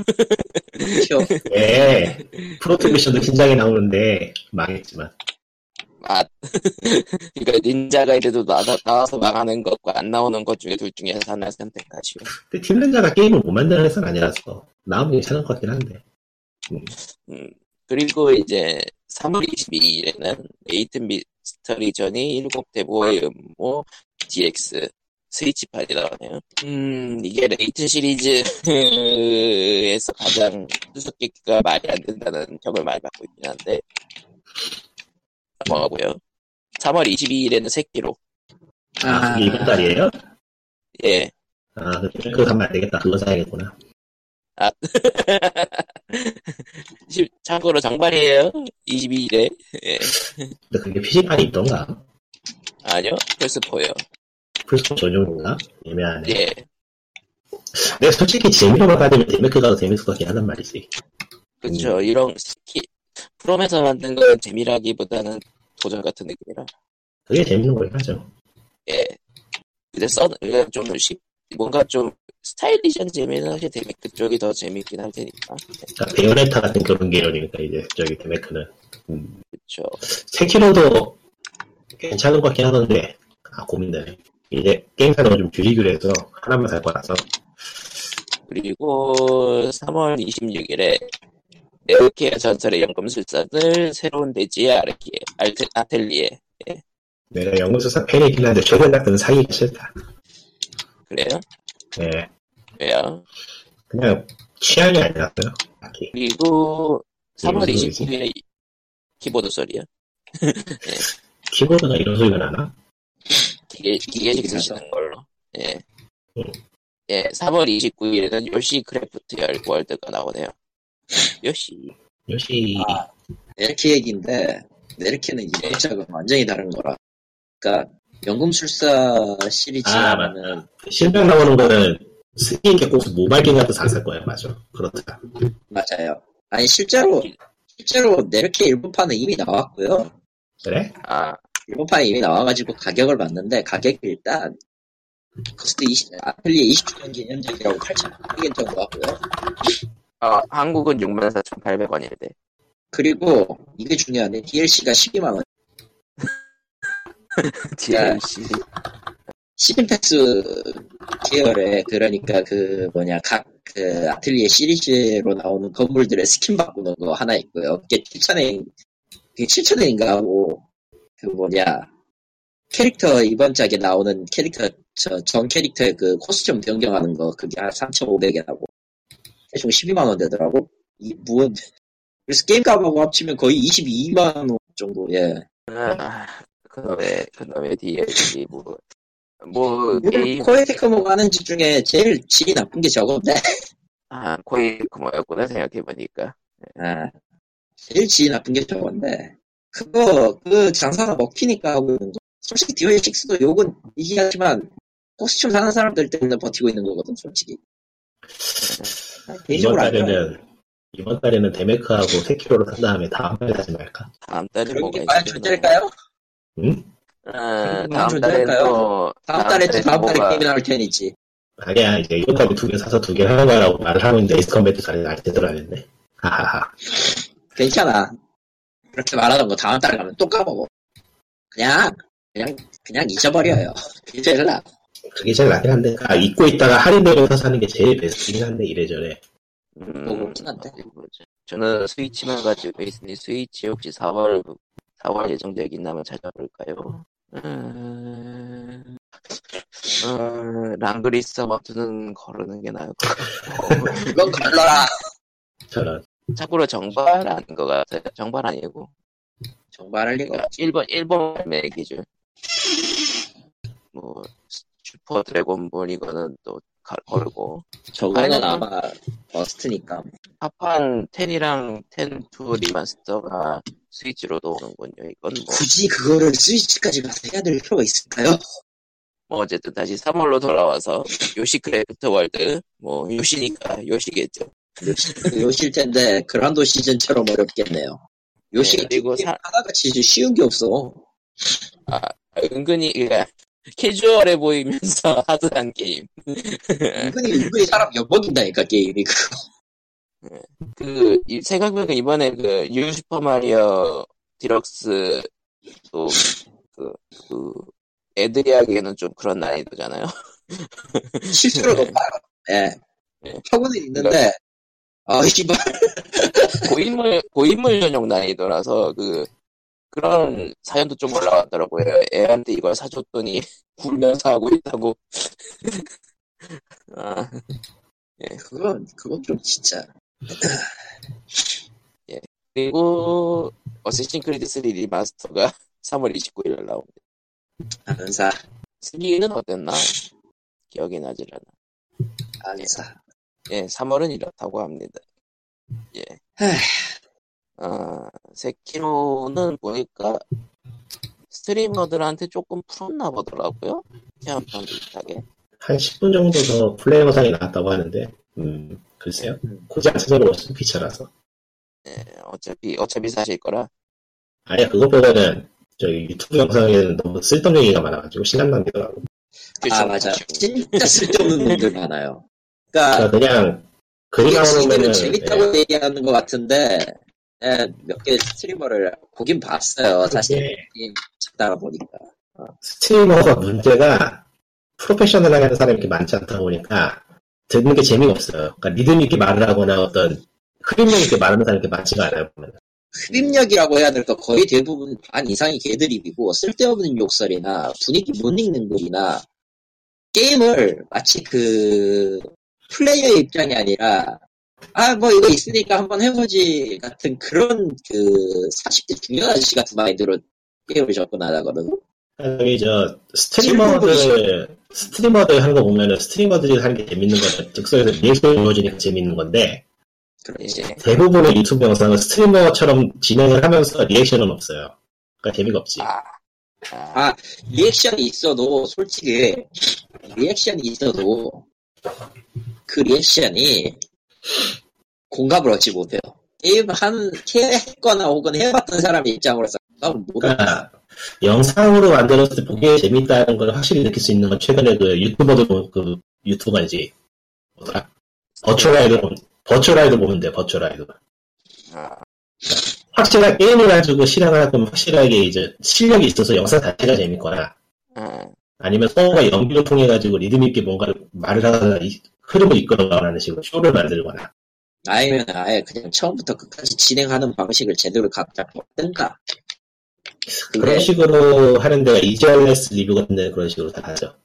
S2: 튀어.
S3: 예, 프로트미션도 신작이 나오는데 망했지만
S1: 아, 그러니까 닌자 가이드도 나, 와서 망하는 것과 안 나오는 것 중에 둘 중에 하나를 선택하시오.
S3: 근데 그 팀문자가 게임을 못 만드는 회사는 아니라서 나오면 괜찮을 것 같긴 한데
S1: 음, 그리고 이제 3월 22일에는 에이트 미스터리 전이 일곱 대보의 음모 DX 스위치판이 나오네요. 음, 이게 레이트 시리즈에서 가장 수수께끼가 말이 안 된다는 평을 많이 받고 있긴 한데, 뭐 넘어가고요. 3월 22일에는 새끼로,
S3: 아 그게 이번 달이에요?
S1: 예.
S3: 아 그래? 그거 가면 안 되겠다. 그거 사야겠구나.
S1: 시- 참고로 장발이에요. 22일에. 예.
S3: 근데 그게 PC판이 있던가?
S1: 아니요, 플스4요.
S3: 플스 전용인가? 애매하네.
S1: 예.
S3: 내가 솔직히 재미로만 받으면 데메크가도 재밌을 것 같긴 하단 말이지.
S1: 그쵸 이런 스키 프롬에서 만든 건 재미라기보다는 도전 같은 느낌이라
S3: 그게 재밌는 거긴 하죠.
S1: 예 근데 써 그냥 좀 쉽, 뭔가 좀 스타일리시한 재미는 사실 데미 그쪽이 더 재밌긴 할 테니까
S3: 그러니까 베요네타 같은 그런 계열이니까 이제 저기 데메크는
S1: 그쵸
S3: 세키로도 괜찮은 것 같긴 하던데 아 고민되네 이제 게임 사는 걸좀 줄이기로 해서 하나만 살 거라서
S1: 그리고 3월 26일에 네오키아 전설의 연금술사들 새로운 대지의 아르키에 알테, 아텔리에
S3: 내가 영문수사 팬이긴 한데 최근 작은 사기가 싫다
S1: 그래요?
S3: 예
S1: 왜요?
S3: 그냥 취향이 아니었어요. 딱히.
S1: 그리고 3월
S3: 무슨 소리지?
S1: 29일에 키보드 소리요.
S3: 키보드가 이런 소리가 나나?
S1: 기계, 기계식 쓰시는 걸로. 예.
S2: 어.
S3: 음.
S1: 예, 3월 29일에는 요시 크래프트 열 월드가 나오네요. 요시.
S3: 역시
S2: 아, 네르키 얘기인데 네르키는 이론적은 완전히 다른 거라. 그러니까 연금술사
S3: 아,
S2: 시리즈라는
S3: 실명 나오는 거는 스킨 게꼭 모바일 게임 같은 사살 거야 맞아. 그렇다.
S2: 맞아요. 아니 실제로 실제로 네르키 일본판은 이미 나왔고요.
S3: 그래?
S1: 아,
S2: 일본판이 이미 나와가지고 가격을 봤는데 가격이 일단 코스트 20 아플리에 20주년 기념작이라고 8,900엔 정도 하고요.
S1: 어, 한국은 64,800원인데.
S2: 그리고 이게 중요한데 DLC가 12만 원.
S1: DLC.
S2: 시즌 패스 계열에 그러니까 그 뭐냐 각 그 아틀리에 시리즈로 나오는 건물들의 스킨 바꾸는 거 하나 있고요. 그게 7천엔 그게 7천엔인가 하고 그 뭐냐 캐릭터 이번 작에 나오는 캐릭터 저 전 캐릭터의 그 코스튬 변경하는 거 그게 한 3,500엔 하고 대충 12만 원 되더라고. 이 무은 그래서 게임 값하고 합치면 거의 22만 원 정도 예.
S1: 아, 그놈의, 그놈의 DLC. 뭐, 뭐, 게임,
S2: 코에 테크모가 하는 짓 중에 제일 질이 나쁜 게 저건데.
S1: 아, 거의 그거였구나 생각해보니까.
S2: 아, 제일 지 나쁜 게 저건데 그거 그 장사가 먹히니까 하고 있는 거 솔직히 디오에6도 욕은 이기하지만 코스튬 사는 사람들 때문에 버티고 있는 거거든 솔직히 아,
S3: 이번
S2: 개인적으로 안 좋아요.
S3: 달에는 이번 달에는 데메크하고 세키로를 산 다음에 다음 달에 사지 말까?
S1: 다음 달에
S2: 그런
S1: 뭐가
S2: 게 과연
S1: 있을지
S2: 존재할까요?
S3: 응?
S1: 아,
S2: 그런
S1: 다음
S2: 게
S1: 달에
S2: 존재할까요?
S1: 또,
S2: 다음 달에 또 다음 달에
S1: 아, 뭐가-
S2: 게임이 나올 테니지
S3: 아니야 이제 이번 달에 두 개 사서 두 개 하는 거라고 말을 하고 있는데 에이스컴뱃도 잘안 제대로 안 했네. 하하하.
S2: 괜찮아 그렇게 말하던 거 다음 달에 가면 또 까먹어 그냥 그냥 그냥 잊어버려요 그게 제일 나
S3: 그게 제일 나긴 한데 아 잊고 있다가 할인되면서 사는 게 제일 베스트긴 한데 이래저래.
S1: 음,
S2: 뭐 그렇긴 한데.
S1: 어디 보자. 저는 스위치만 가지고 있으니 스위치 혹시 4월 4월 예정되어 있나면 찾아볼까요? 음, 음, 랑그리스 마트는 거르는 게 나을 것 같고
S2: 그건 걸러라
S3: 저런
S1: 참고로 정발 아닌 것 같아요 정발 아니고
S2: 정말 할 리가
S1: 그러니까
S2: 없
S1: 일본 일본 발매 기준 뭐 슈퍼 드래곤볼 이거는 또 가- 걸고 아니,
S2: 저거는 아마 버스트니까
S1: 파판 10이랑 10-2 리마스터가 스위치로도 오는군요 이건 뭐
S2: 굳이 그거를 스위치까지 가서 해야 될 필요가 있을까요?
S1: 뭐 어쨌든 다시 3월로 돌아와서 요시크래프트 월드 뭐 요시니까 요시겠죠
S2: 요실 텐데 그란도 시즌처럼 뭐 어렵겠네요. 요시가
S1: 네, 그리고
S2: 게임
S1: 사-
S2: 하나같이 이제 쉬운 게 없어.
S1: 은근히 그러니까 캐주얼해 보이면서 하드한 게임 네.
S2: 은근히 은근히 사람 엿먹인다니까 게임이 그거.
S1: 그 이- 생각해보니까 이번에 그 유슈퍼마리오 디럭스 또그 그 애들이 하기에는 좀 그런 난이도잖아요
S2: 실제로
S1: 네.
S2: 높아요. 예.
S1: 네.
S2: 펴고는 있는데 아 이발
S1: 고인물 고인물 전용 난이도라서 그 그런 사연도 좀 올라왔더라고요. 애한테 이걸 사줬더니 굴면서 하고 있다고. 아,
S2: 그건 그건 좀 진짜
S1: 그리고 어쌔신 크리드 3 리마스터가 3월 29일 날 나옵니다.
S2: 안사
S1: 스리는 어땠나? 기억이 나질 않아.
S2: 안사.
S1: 예, 3월은 이렇다고 합니다. 예.
S2: 에휴.
S1: 아, 세키로는 보니까 스트리머들한테 조금 풀었나 보더라고요. 체험판 비슷하게. 예,
S3: 한 10분 정도 더 플레이 영상이 나왔다고 하는데 음 글쎄요 굳이 안 찾아보고 피처라서.
S1: 어차피 어차피 사실 거라
S3: 아니야 그것보다는 저희 유튜브 영상에는 너무 쓸데없는 얘기가 많아가지고 시간 낭비더라고
S1: 네,
S2: 아 맞아. 진짜 쓸데없는 분들 많아요. 그러니까
S3: 그러니까 그냥 그림 나오는
S2: PX는
S3: 거는 예,
S2: 재밌다고 얘기하는 것 같은데 예, 몇 개 스트리머를 보긴 봤어요. 사실
S3: 아, 그게
S2: 게임 찾다가 보니까
S3: 스트리머가 문제가 프로페셔널하게 하는 사람이 이렇게 많지 않다 보니까 듣는 게 재미가 없어요 그러니까 리듬 있게 말을 하거나 어떤 흐름력 있게 말하는 사람이 이렇게 많지가 않아요 보면.
S2: 흡입력이라고 해야 될까 거의 대부분 반 이상이 개드립이고 쓸데없는 욕설이나 분위기 못 읽는 글이나 게임을 마치 그 플레이어 입장이 아니라 아, 뭐, 이거 있으니까 한번 해보지. 같은 그런, 그, 40대 중년 아저씨 같은 마인드로 게임을 접근하다거든.
S3: 사람이 저 스트리머들 스트리머들 하는 거 보면은 스트리머들이 하는 게 재밌는 거죠. 즉석에서 리액션이 보여지니까 재밌는 건데
S1: 예.
S2: 그렇지.
S3: 대부분의 유튜브 영상은 스트리머처럼 진행을 하면서 리액션은 없어요. 그러니까 재미가 없지.
S1: 아, 아,
S2: 아, 리액션이 있어도, 솔직히, 리액션이 있어도, 그 리액션이 공감을 얻지 못해요. 게임 한, 했거나 혹은 해봤던 사람의 입장으로서 공감을 못 해요.
S3: 그러니까 영상으로 만들었을 때 보기에 재밌다는 걸 확실히 느낄 수 있는 건 최근에 그 유튜버들 보- 그 유튜버인지 뭐더라 버츄얼아이돌 버츄얼아이돌 보면 돼 버츄얼아이돌 확실한 게임을 가지고 실행을 하면 확실하게 이제 실력이 있어서 영상 자체가 재밌거나
S1: 아,
S3: 아니면 성우가 연기를 통해 가지고 리듬 있게 뭔가를 말을 하거나 이- 흐름을 이끌어가는 식으로 쇼를 만들거나
S2: 아니면 아예 그냥 처음부터 끝까지 진행하는 방식을 제대로 갖다 뻗든가.
S3: 그런
S2: 그게
S3: 식으로 하는 데가 EGRS 리뷰 같은 데 그런 식으로 다 하죠.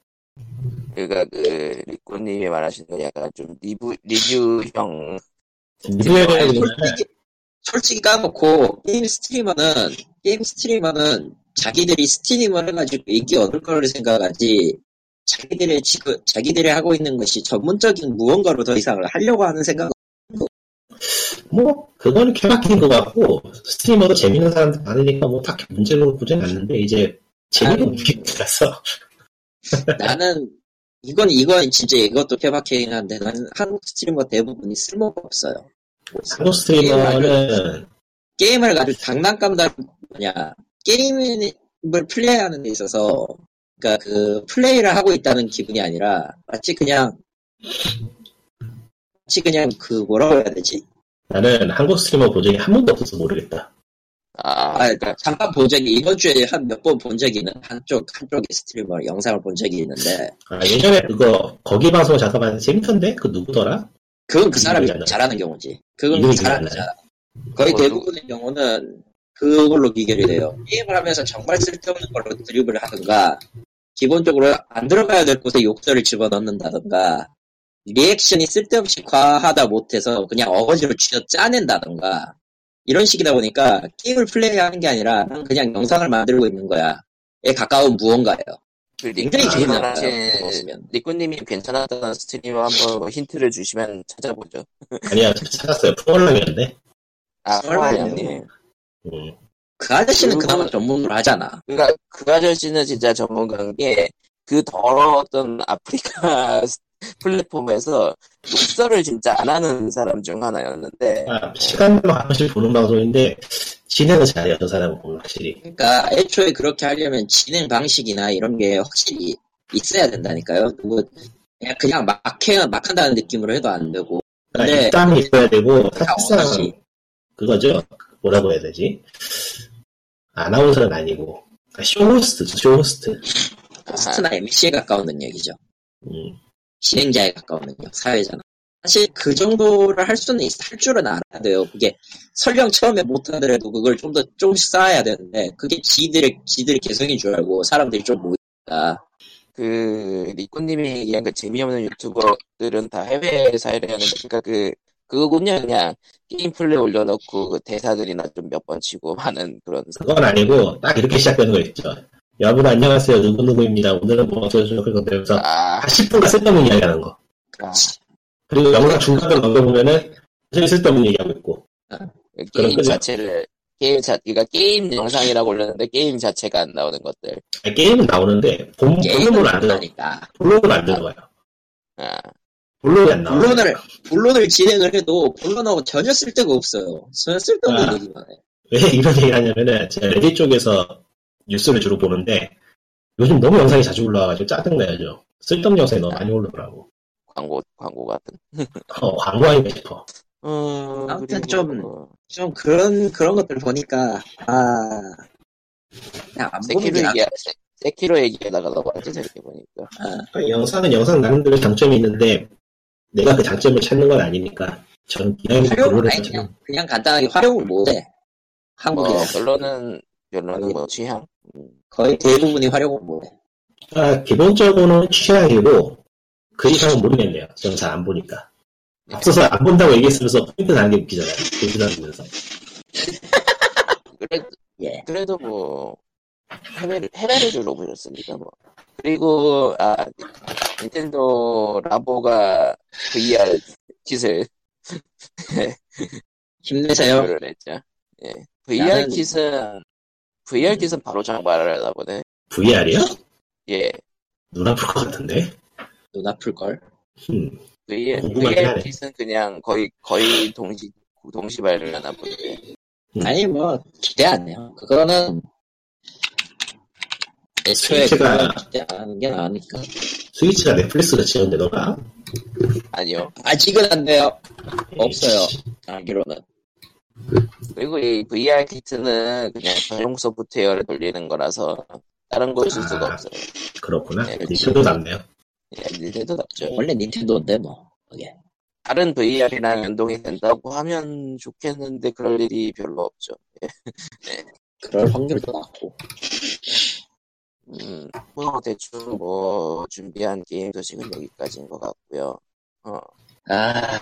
S1: 그러니까 그 리코님이 말하시는 건 약간 좀 리뷰 리뷰형
S3: 리뷰에
S2: 아니,
S3: 대한
S2: 솔직히, 솔직히 까놓고 게임 스트리머는 게임 스트리머는 자기들이 스트리머를 가지고 인기 얻을 거를 생각하지 자기들의 지금 자기들이 하고 있는 것이 전문적인 무언가로 더 이상을 하려고 하는 생각
S3: 뭐 그거는 개막힌 것 같고 스트리머도 재밌는 사람들 많으니까 뭐 딱히 문제로 보진 않는데 이제 재미가
S2: 아유.
S3: 없겠더라서
S2: 나는 이건 이건 진짜 이것도 케바케이긴 한데 나는 한국 스트리머 대부분이 쓸모가 없어요.
S3: 한국 스트리머는
S2: 게임을 가지고 장난감 다는 뭐냐 게임을 플레이하는 데 있어서 그러니까 그 플레이를 하고 있다는 기분이 아니라 마치 그냥 마치 그냥 그 뭐라고 해야 되지
S3: 나는 한국 스트리머 보적이 한 번도 없어서 모르겠다.
S1: 아,
S2: 아
S1: 그러니까
S2: 잠깐 본 적이 이번 주에 한 몇 번 본 적이 있는 한쪽 한쪽의 스트리머 영상을 본 적이 있는데
S3: 아, 예전에 그거 거기 방송 잠깐 봤는데 재밌던데 그 누구더라?
S2: 그건 그 사람이
S3: 이해가 안 돼.
S2: 잘하는 경우지 그건 그
S3: 이해가
S2: 사람이
S3: 안 돼.
S2: 잘하 거의
S1: 그걸로?
S2: 대부분의 경우는 그걸로 귀결이 돼요. 게임을 하면서 정말 쓸데없는 걸로 드립을 하든가, 기본적으로 안 들어가야 될 곳에 욕설을 집어넣는다든가, 리액션이 쓸데없이 과하다 못해서 그냥 어거지로 쥐어 짜낸다든가, 이런 식이다 보니까 게임을 플레이하는 게 아니라 난 그냥 영상을 만들고 있는 거야. 에 가까운 무언가예요.
S1: 그
S2: 굉장히
S1: 리코님이
S2: 재미나요.
S1: 말하신 리코님이 괜찮았다는 스트리머 한번 뭐 힌트를 주시면 찾아보죠.
S3: 아니야 찾았어요 프로그램이었네.
S1: 아,
S2: 설마
S1: 호아양님.
S3: 음.
S2: 그 아저씨는
S1: 그리고-
S2: 그나마 전문으로 하잖아.
S1: 그러니까 그 아저씨는 진짜 전문가인 게 그 더러웠던 아프리카 플랫폼에서 욕설을 진짜 안 하는 사람 중 하나였는데
S3: 아, 시간으로 가끔씩 보는 방송인데 진행을 잘해요 저 사람은 보면 확실히
S2: 그러니까 애초에 그렇게 하려면 진행 방식이나 이런 게 확실히 있어야 된다니까요. 그거 그냥- 그냥 막해 막 한다는 느낌으로 해도 안 되고.
S3: 그러니까
S2: 네. 아,
S3: 입담이 있어야 되고
S2: 어디지?
S3: 사실상 그거죠 뭐라고 해야 되지 아나운서는 아니고 그러니까 쇼호스트죠 쇼호스트
S1: 아,
S2: 호스트나 MC에 가까운 능력이죠.
S3: 음.
S2: 진행자에 가까운 능력, 사회자나. 사실 그 정도를 할 수는 있, 할 줄은 알아야 돼요. 그게 설령 처음에 못하더라도 그걸 좀 더 조금씩 쌓아야 되는데 그게 지들의 지들의 개성인 줄 알고 사람들이 좀 모이니까
S1: 그 리코님이 얘기한 그 재미없는 유튜버들은 다 해외 사례라는 그러니까 그 그거군요 그냥 게임 플레이 올려놓고 그 대사들이나 좀 몇 번 치고 하는 그런
S3: 그건 아니고 딱 이렇게 시작되는 거 있죠 여러분 안녕하세요 누구누구입니다 오늘은 뭐 어쩌고저쩌고 그런 데면서
S1: 아,
S3: 10분간 쓸데없는 이야기 하는 거
S1: 아
S3: 그리고 영상 중간에 넘겨보면은 완전히 쓸데없는 얘기하고 있고 그런
S1: 게임
S3: 거죠.
S1: 자체를 게임 자 그러니까 게임 영상이라고 올렸는데 게임 자체가 안 나오는 것들
S3: 아니, 게임은 나오는데 본,
S2: 게임을
S3: 본론은 안 들어
S2: 하니까
S3: 본론은 안 들어가요
S1: 아
S3: 본론이 안 나와요
S2: 본론을 본론을 진행을 해도 본론하고 전혀 쓸데가 없어요. 전혀 쓸데없는
S3: 아.
S2: 얘기만 해.
S3: 왜 이런 얘기를 하냐면은 제가 레딧 쪽에서 뉴스를 주로 보는데 요즘 너무 영상이 자주 올라와가지고 짜증나요 저 쓸데없는 영상이 너무 많이 올라오더라고
S1: 광고 광고 같은
S3: 어, 광고하니까 싶어
S1: 어,
S2: 아무튼
S1: 그리고
S2: 좀-
S1: 뭐
S2: 좀 그런 그런 것들 보니까 아 그냥 안 보는
S1: 세키로 얘기
S2: 게 나-
S1: 세키로 얘기하다가 넘어갔지 생각해 보니까
S3: 아니, 그러니까 영상은 영상 나름대로 장점이 있는데 내가 그 장점을 찾는 건 아니니까 저는 기왕이면
S2: 활용을
S3: 그거를
S2: 아예
S3: 찾는
S2: 그냥 그냥 간단하게 활용을 못해.
S1: 뭐
S3: 어.
S2: 한국에
S1: 결론은 결론은 뭐 취향 음,
S2: 거의 대부분이 활용을 못해.
S3: 그러니까 아, 기본적으로는 취향이고 그 이상은 모르겠네요 저는 잘 안 보니까 앞서서 안 본다고 얘기했으면서 포인트 나는 게 웃기잖아요. 도시다니면서.
S1: 그래도,
S2: 예.
S1: 그래도 뭐, 해외를, 해외를 주로 보셨으니까 뭐. 그리고, 아, 닌텐도 라보가 VR 킷을
S3: 음.
S2: 힘내세요.
S1: 발표를 했죠. 예. VR
S2: 나는-
S1: 킷은, VR 킷은 바로 장발을 하다 보네.
S3: VR이요?
S1: 예.
S3: 눈 아플 것 같은데?
S2: 눈 아플 걸.
S3: 음.
S1: VR,
S3: 궁금하긴 하네.
S1: 킷은 그냥 거의, 거의 동시, 동시 발을 하나 보네.
S2: 아니 뭐 기대 안 해요. 그거는 애초에
S3: 스위치가-
S2: 그거는 기대 안 하는 게 나으니까.
S3: 스위치가 넷플릭스로 지원돼, 너가?
S1: 아니요.
S2: 아직은 안 돼요. 없어요. 알기로는.
S1: 그리고 이 VR 키트는 그냥 전용 소프트웨어를 돌리는 거라서 다른 걸 쓸 수가
S3: 아.
S1: 없어요.
S3: 그렇구나.
S1: 네, 그치.
S3: 닌텐도 남네요. 그렇죠.
S1: 예, 닌텐도 답죠.
S2: 원래 닌텐도인데 뭐. 그게.
S1: 다른 VR이랑 연동이 된다고 하면 좋겠는데 그럴 일이 별로 없죠.
S2: 그럴 확률도 낮고.
S1: 음, 뭐 대충 뭐 준비한 게임 소식은 여기까지인 것 같고요.
S2: 아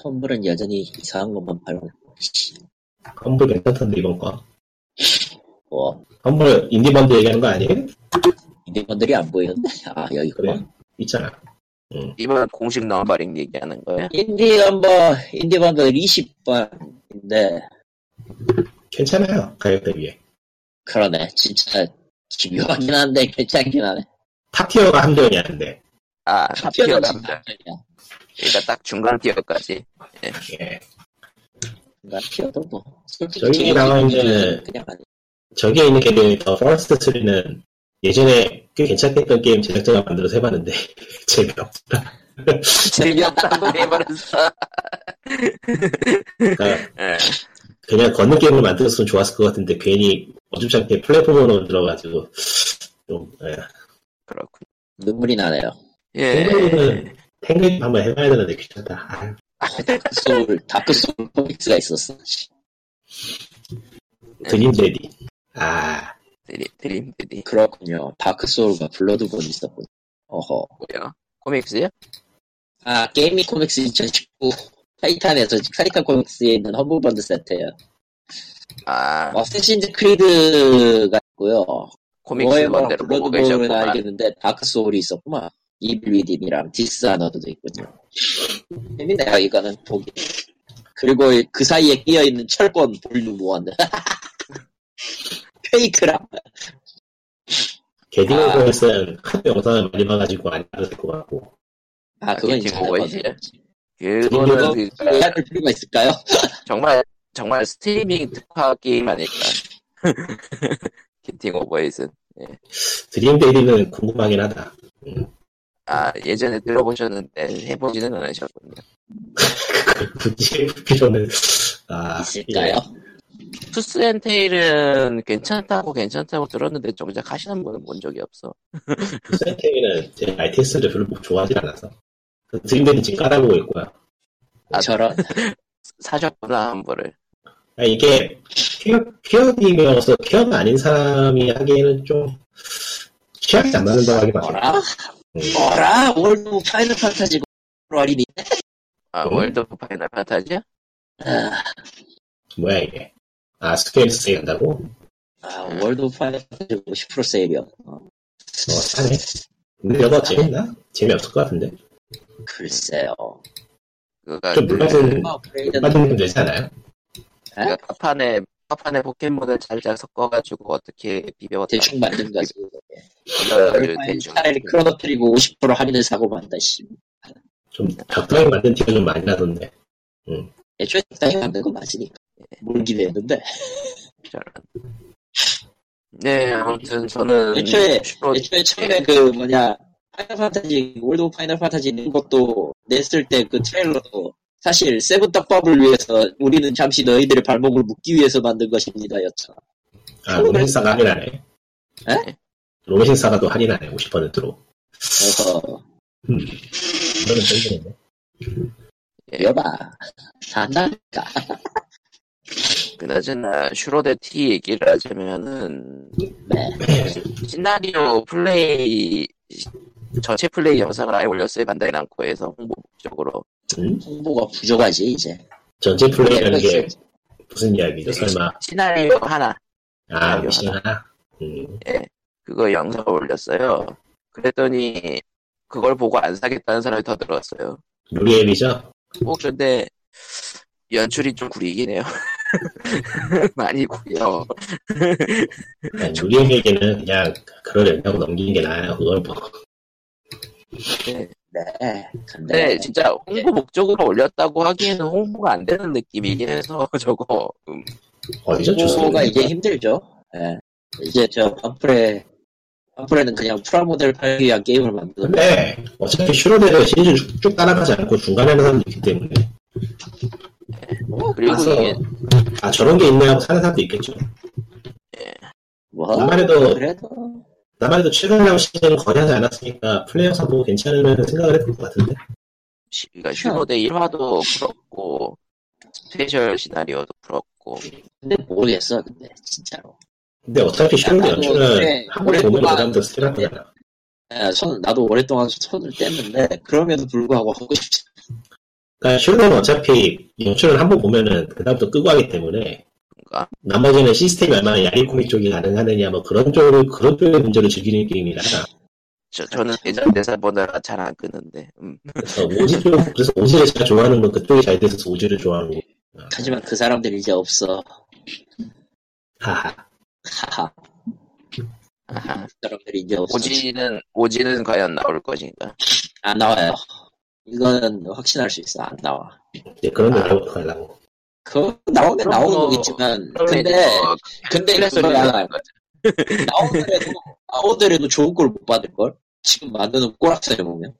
S2: 선물은 여전히 이상한 것만 팔고.
S3: 컴볼 괜찮던데, 이번 거.
S2: 뭐
S3: 컴볼 인디번드 얘기하는 거 아니에요?
S2: 이분들이 안 보이는데. 아 여기
S3: 그래.
S2: 그래.
S3: 있잖아.
S1: 이번 공식 넘버링 얘기하는 거예요?
S2: 인디 넘버 인디 번들 20번인데
S3: 괜찮아요. 가격 대비에.
S2: 그러네 진짜 집요하긴 한데 괜찮긴 하네.
S3: 파티어가 한정이 안 돼.
S1: 아, 티어
S2: 카피어가 진짜
S1: 남자. 그러니까 딱 중간 티어까지.
S3: 예.
S2: 나 피어도 뭐 솔직히
S3: 저희
S2: 제일
S3: 나라 이제-
S2: 기본적인 그냥 아니
S3: 저기에 있는 게임이 더 퍼스트 3는 예전에 꽤 괜찮겠던 게임 제작자가 만들어서 해봤는데 재미없.
S1: 재미없다고 해버렸어.
S3: 그러니까
S1: 예.
S3: 그냥 걷는 게임을 만들었으면 좋았을 것 같은데 괜히 어줍지 않게 플랫폼으로 들어가지고 좀 예.
S1: 그렇군.
S2: 눈물이 나네요.
S1: 예.
S3: 탱글은 탱글 한번 해봐야 되는데 귀찮다. 아유,
S2: 다크 소울 다크 소울 코믹스가 있었어.
S3: 드림 제디. 아
S1: 드림, 드림, 드림.
S2: 그렇군요. 다크 소울과 블러드본 있었군. 어허.
S1: 뭐요? 코믹스요?
S2: 아 게이밍 코믹스 2019 타이탄에서 타이탄 코믹스에 있는 험블번드 세트예요.
S1: 아,
S2: 어쌔신즈 크리드가 있고요.
S1: 코믹스
S2: 워해머랑
S1: 원대로 보고
S2: 뭐 블러드본은
S1: 계셨구나.
S2: 알겠는데 아, 다크 소울이 있었구만. 이블리딘이랑 디스 아너드도 있군요. 재밌네요 이거는 보기. 그리고 그 사이에 끼어 있는 철권 볼루무원. 페이크랑
S3: 게딩을
S2: 아.
S3: 보면은 카드 영상을 많이 봐가지고 안 해도 될 것 같고
S2: 아 그건 이제
S1: 마케팅 보고
S2: 알거든요.
S1: 그거는 그니까
S2: 예약할 필요가 있을까요?
S1: 정말 정말 스트리밍 특화 게임 아닐까. 킨팅 오버에이슨.
S3: 드림 제디는 궁금하긴 하다.
S1: 아 예전에
S2: 네.
S1: 들어보셨는데 해보지는 않으셨군요.
S3: 굳이 해볼 필요는 아
S2: 있을까요?
S1: 투스앤테일은 괜찮다고 괜찮다고 들었는데 정작 하시는 분은 본 적이 없어.
S3: 센테이는 그 제 ITS를 별로 뭐 좋아하지 않아서 그 드림데이 지금 깔아보고 있고요.
S1: 아.
S2: 저런
S1: 사셨구나 한 부를.
S3: 아, 이게 퀴어 퀴어님이어서 퀴어가 아닌 사람이 하기에는 좀 취향이 안 맞는다고 하기 맞아요.
S2: 뭐라 뭐라 월드 오브 파이널 판타지 월인이
S1: 아
S2: 네.
S3: 음?
S1: 월드 오브 파이널 판타지요?
S2: 아,
S3: 뭐야 이게? 아 스퀘어에서 세일한다고? 어,
S2: 아, 월드 오브 파이널 판타지 50% 세일이요. 어,
S3: 사네. 근데 여거 재밌나? 재미없을 것 같은데.
S2: 글쎄요.
S1: 그가
S3: 좀 물러서는
S2: 아, 업그레이드는
S3: 빠지면 되지 네. 않아요?
S1: 그가 파판에 파판에 포켓몬을 살짝 섞어가지고 어떻게 비벼봤다.
S2: 대충 만든 거지.
S1: 이거를 아, 네, 대충.
S2: 차라리 그 크로너트리고 50% 할인을 사고 만다 씨.
S3: 좀 적당히 만든 티가 좀 많이 나던데.
S2: 애초에 적당히 만든 거 맞으니까.
S1: 네.
S2: 뭘 기대했는데
S1: 저런. 네, 아무튼 저는
S2: 애초에-
S1: 주로
S2: 애초에 처음에 그 뭐냐 파이널 판타지 월드 오브 파이널 판타지 있는 것도 냈을 때 그 트레일러도 사실 세븐 떡밥을 위해서 우리는 잠시 너희들의 발목을 묶기 위해서 만든 것입니다 였잖아
S3: 아 로맨사가 할인하네.
S2: 에?
S3: 로맨사가도 할인하네. 50%로.
S2: 그래서
S3: 이거는 재밌네.
S1: 네.
S2: 여봐 산다니까
S1: 그나저나 슈로데 티 얘기를 하자면은
S2: 네.
S1: 시나리오 플레이 전체 플레이 영상을 아예 올렸어요 반다이 남코에서 홍보 목적으로
S3: 음?
S2: 홍보가 부족하지 이제. 네,
S3: 전체 그렇죠, 플레이라는 게 무슨 이야기죠? 설마
S1: 시나리오 하나
S3: 아
S2: 네,
S3: 미시나? 음,
S1: 그거 영상 올렸어요. 그랬더니 그걸 보고 안 사겠다는 사람이 더 들었어요.
S3: 루리앱이죠?
S1: 어, 근데 연출이 좀 구리긴 해요. 많이 구려.
S3: 그냥 루리앱에게는 네, 그냥 그럴 영향 넘기는 게 나아요. 그걸 뭐
S2: 네. 예. 근데
S1: 근데 진짜 홍보 목적으로 올렸다고 하기에는 홍보가 안 되는 느낌이긴 해서 저거 음,
S3: 어디서
S1: 네.
S2: 홍보가
S3: 주소가
S2: 그 이제 힘들죠. 예. 이제 저 팜플에 팜플에는 그냥 프라모델 팔기 위한 게임을 만드는.
S3: 근데 어차피 슈로데르 시리즈 쭉, 쭉 따라가지 않고 중간에 하는 사람도 있기 때문에
S2: 어,
S1: 그리고
S3: 가서
S1: 이게
S3: 아 저런 게 있네 하고 사는 사람도 있겠죠.
S2: 뭐
S3: 옛날에도-
S2: 그래도
S3: 나만해도 최근에 시즌은 거의 하지 않았으니까 플레이어상 보고 괜찮으면 생각을 했을 것 같은데
S1: 시- 그러니까 슈로데 1화도 풀었고 스페셜 시나리오도 풀었고
S2: 근데 모르겠어. 근데 진짜로.
S3: 근데 어차피 슈로데
S2: 나도 근데
S3: 연출은 한국에 보면
S2: 오랫동안-
S3: 부담도 스트라트잖아
S2: 예, 손 나도 오랫동안 손을 뗐는데 그럼에도 불구하고 하고 싶지.
S3: 그러니까 슈로데는 어차피 연출을 한번 보면은 그다음부터 끄고 하기 때문에
S1: 뭔가
S3: 나머지는 시스템이 얼마나 야리코믹 쪽이 가능하느냐 뭐 그런 쪽으로 그런 쪽의 문제를 즐기는 게임이라
S1: 저, 저는
S2: 그렇죠.
S1: 예전 대사보다 잘 안 끄는데 음.
S3: 그래서 오지 쪽 그래서 오지를 제가 좋아하는 건 그쪽이 잘 돼서 오지를 좋아하는 거
S2: 하지만 그 사람들 이제 없어.
S3: 하하
S2: 하하.
S1: 아하.
S2: 그 사람들 이제 없어.
S1: 오지는 오지는 과연 나올 것인가
S2: 안 나와요. 이건 확신할 수 있어. 안 나와.
S3: 이제 그런 데로 가려고
S2: 그 나오면
S1: 그럼
S2: 나오는
S1: 뭐,
S2: 거겠지만
S1: 그러면
S2: 근데
S1: 이제 뭐
S2: 근데
S1: 클래스로
S2: 그거야
S1: 나가는 거죠.
S2: 나오더라도 나오더라도 좋은 걸 못 받을 걸. 지금 만드는 꼬락서에 보면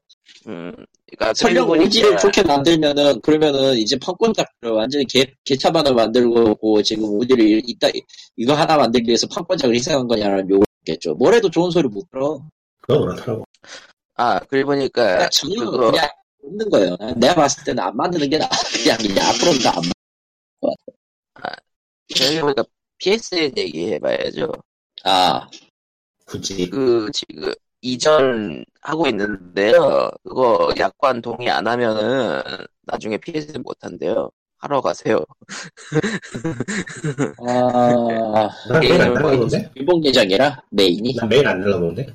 S1: 음, 그러니까
S2: 설령
S1: 보니까
S2: 오지를 좋게 만들면은 그러면은 이제 판권작을 완전히 개 개차반을 만들고 있고 지금 오지를 이따 이거 하나 만들기 위해서 판권작을 희생한 거냐라는 욕을 했겠죠. 뭐래도 좋은 소리 못 들어.
S3: 그건 그렇더라고
S1: 아 그리고 보니까
S2: 그냥 그러니까 전혀
S1: 그거
S2: 그냥 없는 거예요. 내가 봤을 때는 안 만드는 게 나. 그냥 그냥 앞으로는 안 만들.
S1: 저희 보니까 PSN 얘기해봐야죠
S2: 아
S3: 굳이
S1: 그 지금 이전 하고 있는데요. 그거 약관 동의 안 하면은 나중에 PS 못 한대요. 하러 가세요.
S2: 아,
S3: 난 매일 안
S1: 게임을
S3: 날라오는데?
S2: 일본 계정이라 네, 메인이
S3: 난 매일 안 날라오는데?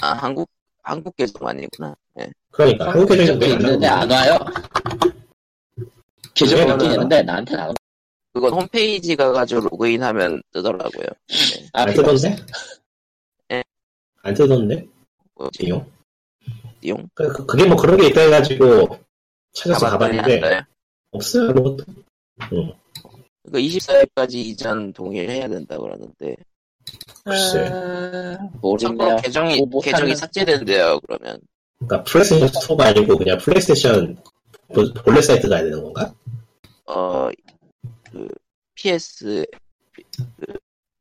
S1: 아 한국 한국 계정만이구나. 예.
S3: 그러니까 한국 계정이
S2: 계정도
S3: 매일 안
S2: 아, 있는데 안
S3: 날라오는데
S2: 와요. 계정이
S3: 왜안
S2: 있긴
S3: 와요?
S2: 있는데 나한테 안 와.
S1: 그건 홈페이지 가가지고 로그인하면 뜨더라고요. 예.
S2: 아,
S3: 안
S2: 필요 없어.
S3: 뜯었네?
S1: 예.
S3: 안 뜯었네?
S1: 뭐지?
S3: 비용?
S1: 띠용?
S3: 그, 그- 그게 뭐 그런 게 있다 해가지고 찾아서
S1: 가봤더니 안
S3: 가봤는데
S1: 떠요.
S3: 없어요 뭐, 아무것도
S1: 그거 24일까지 이전 동의를 해야 된다 그러는데
S3: 글쎄.
S2: 아,
S1: 참고로
S2: 모르네요.
S1: 계정이
S2: 뭐 못하면-
S1: 계정이 삭제된대요. 그러면
S3: 그러니까 플레이스테이션 스토어가 아니고 그냥 플레이스테이션 보- 본래 사이트 가야 되는 건가?
S1: 어, 그, PS, 그,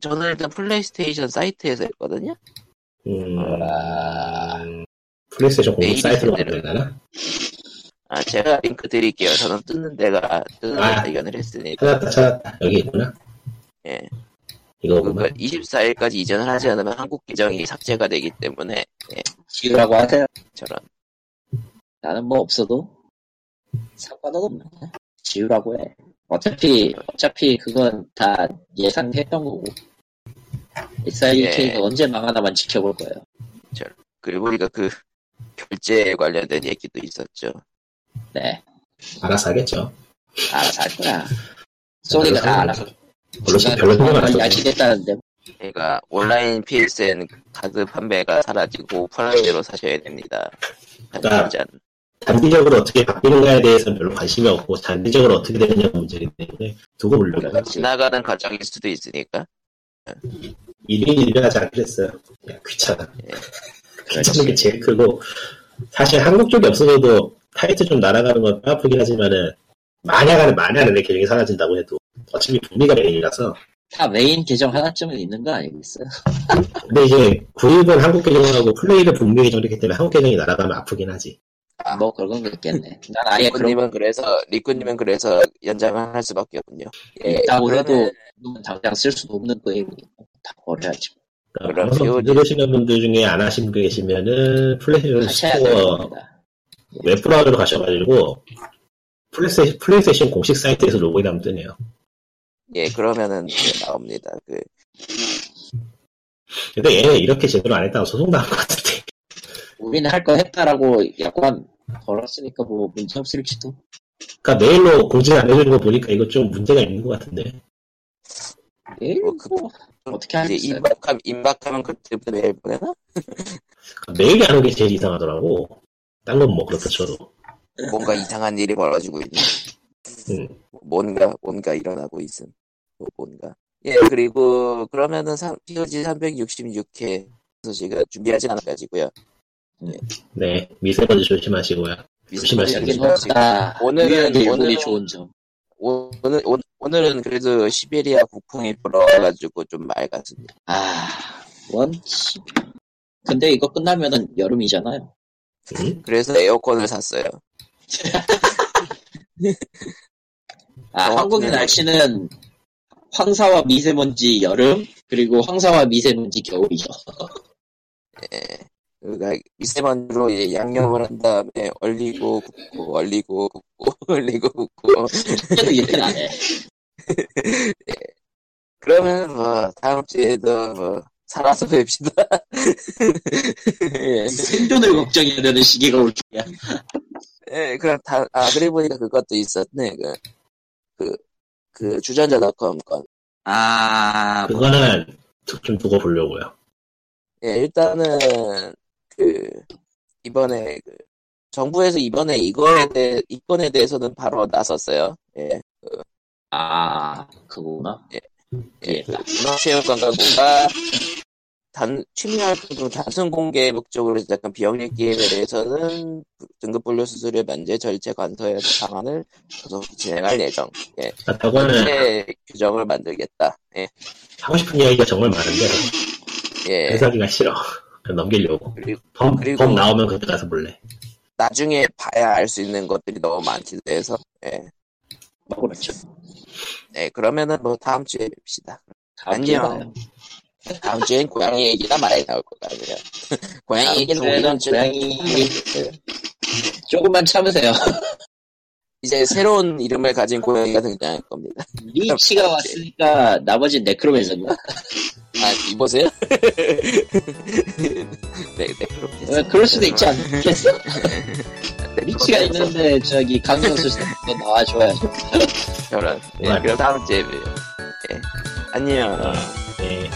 S1: 저는 일단 플레이스테이션 사이트에서 했거든요?
S3: 음...
S2: 아.
S3: 플레이스테이션 공식
S1: 메일이
S3: 사이트로 가야
S1: 제대로.
S3: 되나?
S1: 아, 제가 링크 드릴게요. 저는 뜨는 데가, 뜨는 데
S3: 아.
S1: 발견을 했으니까.
S3: 찾았다 찾았다 여기 있구나
S1: 예. 그러니까
S3: 이거구나
S1: 24일까지 이전을 하지 않으면 한국 계정이 삭제가 되기 때문에,
S2: 지우라고 하세요.
S1: 저런.
S2: 나는 뭐 없어도 상관은 없네. 지우라고 해. 어차피 어차피 그건 다 예상했던 거고. SIK가
S1: 예.
S2: 언제 망하나만 지켜볼 거예요.
S1: 그리고 우리가 그, 결제에 관련된 얘기도 있었죠.
S2: 네,
S3: 알아서 하겠죠
S2: 알아서 할 거야. 소니가 다 알아서.
S3: 별로 신- 별로 신경 안
S2: 야시
S3: 써도
S2: 했다는데 뭐.
S1: 그러니까, 온라인 PSN 카드 판매가 사라지고, 플라이드로 사셔야 됩니다.
S3: 아.
S1: 짠.
S3: 단기적으로 어떻게 바뀌는가에 대해서는 별로 관심이 없고 단기적으로 어떻게 되느냐 문제이기 때문에 두고 보려고
S1: 그렇죠.
S2: 그렇지.
S1: 지나가는 과정일 수도 있으니까.
S3: 일일이 일어나지 않기로 했어요. 야, 귀찮아. 귀찮은 게 제일 크고, 사실 한국 쪽이 없어져도 타이틀 좀 날아가는 건 뼈아프긴 하지만은, 만약 안에, 만약 안에 계정이 사라진다고 해도, 어차피 북미가 메인이라서,
S2: 다 메인 계정 하나쯤은 있는 거 아니겠어요?
S3: 근데 이제 구입은 한국 계정하고 플레이를 북미 계정이 했기 때문에 한국 계정이 날아가면 아프긴 하지.
S1: 아.
S2: 뭐 그런 거 있겠네. 난 아예 그런
S1: 리꾸님은 그래서 리꾸님은 그래서 연장을 할 수밖에 없군요. 예,
S2: 있다고
S1: 그러면
S2: 해도 이건 당장 쓸 수도 없는 거이니까 다 버려야지.
S3: 그러니까
S1: 그럼요.
S3: 방송 들으시는 분들 중에 안 하신 분 계시면은, 플레이를
S2: 하셔야 되는
S3: 스토어,
S2: 겁니다.
S3: 웹브라우저로 가셔가지고, 플레이스테이션, 플레이스테이션 공식 사이트에서 로그인하면 뜨네요.
S1: 예, 그러면은 이제 나옵니다. 그
S3: 근데 얘 이렇게 제대로 안 했다고 소송 당한 것 같은데.
S2: 우리는 할 거 했다라고 약관 걸었으니까 뭐 문제 없을지도.
S3: 그러니까 메일로 공지 안 해주는 거 보니까 이거 좀 문제가 있는 것 같은데.
S2: 에이,
S1: 뭐
S2: 뭐,
S1: 그-
S2: 어떻게 하겠어요?
S1: 이제 임박함 임박하면 그때부터 메일 보내나?
S3: 그러니까 메일이 안 오는 게 제일 이상하더라고. 딴 건 뭐 그렇다 쳐도.
S1: 뭔가 이상한 일이 벌어지고 있네.
S3: 음.
S1: 뭔가 뭔가 일어나고 있음. 뭐 뭔가. 예, 그리고 그러면은 삼- POG 366회 소식을 준비하지 않아가지고요.
S3: 네, 미세먼지 조심하시고요. 조심하시고.
S2: 여기
S1: 미세먼지
S2: 뭐
S1: 소식.
S2: 다
S1: 오늘은-
S2: 유일하게 일본이
S1: 오늘은-
S2: 좋은 점.
S1: 오늘 오- 오늘은 그래도 시베리아 북풍이 불어가지고 좀 맑았습니다.
S2: 아, 원치. 근데 이거 끝나면은 여름이잖아요.
S3: 음?
S1: 그래서 에어컨을 샀어요.
S2: 아,
S1: 어,
S2: 한국의
S1: 네.
S2: 날씨는 황사와 미세먼지 여름, 그리고 황사와 미세먼지 겨울이죠.
S1: 그러니까 미세먼지로 이제 양념을 한 다음에 얼리고 굽고 얼리고 굽고 얼리고 굽고
S2: 그래도 이렇게 안 해.
S1: 그러면 뭐 다음 주에도 뭐 살아서 뵙시다. 예.
S2: 생존을 걱정해야 되는 시기가 올 줄이야.
S1: 예, 그럼 다, 아, 그래 보니까 그것도 있었네, 그, 그, 그, 주전자닷컴 건.
S2: 아,
S3: 그거는 두- 좀 두고 보려고요.
S1: 예, 일단은, 그, 이번에, 그, 정부에서 이번에 이거에 대해, 이 건에 대해서는 바로 나섰어요. 예.
S2: 아, 그거구나.
S1: 예.
S2: 예.
S1: 문화체육관광부가 단, 취미활동 등 단순 공개 목적으로 제작한 비영리 게임에 대해서는 등급 분류 수수료 면제 절차 간소의 방안을 계속 진행할 예정.
S3: 그러니까
S2: 네.
S3: 저거는
S1: 예, 규정을 만들겠다. 예,
S3: 하고 싶은 이야기가 정말 많은데 그
S1: 예.
S3: 해석이가 싫어. 그냥 넘기려고.
S1: 그리고-
S3: 범,
S1: 그리고-
S3: 범 나오면 그때 가서 볼래.
S1: 나중에 봐야 알 수 있는 것들이 너무 많기 때문에 예.
S2: 뭐 그렇죠.
S1: 예, 그러면은 뭐 다음 주에 뵙시다.
S2: 다음 주에
S1: 안녕.
S2: 봐요.
S1: 다음 주엔 고양이 얘기가 많이 나올 것 같아요.
S2: 다음
S1: 고양이 얘기는
S2: 주에는
S1: 우리는 좀-
S2: 고양이 조금만 참으세요.
S1: 이제 새로운 이름을 가진 고양이가 등장할 겁니다.
S2: 리치가 왔으니까 나머지는 네크로맨서인가?
S1: 아, 이보세요? 네, 네, 그렇게.
S2: 어, 그럴 수도 있지 않겠어? 리치가 있는데 저기 강경수 씨도 나와줘야죠. 네,
S1: 네. 저런. 예, 그럼 다음 주에 봬요. 예. 안녕.
S3: 아, 네.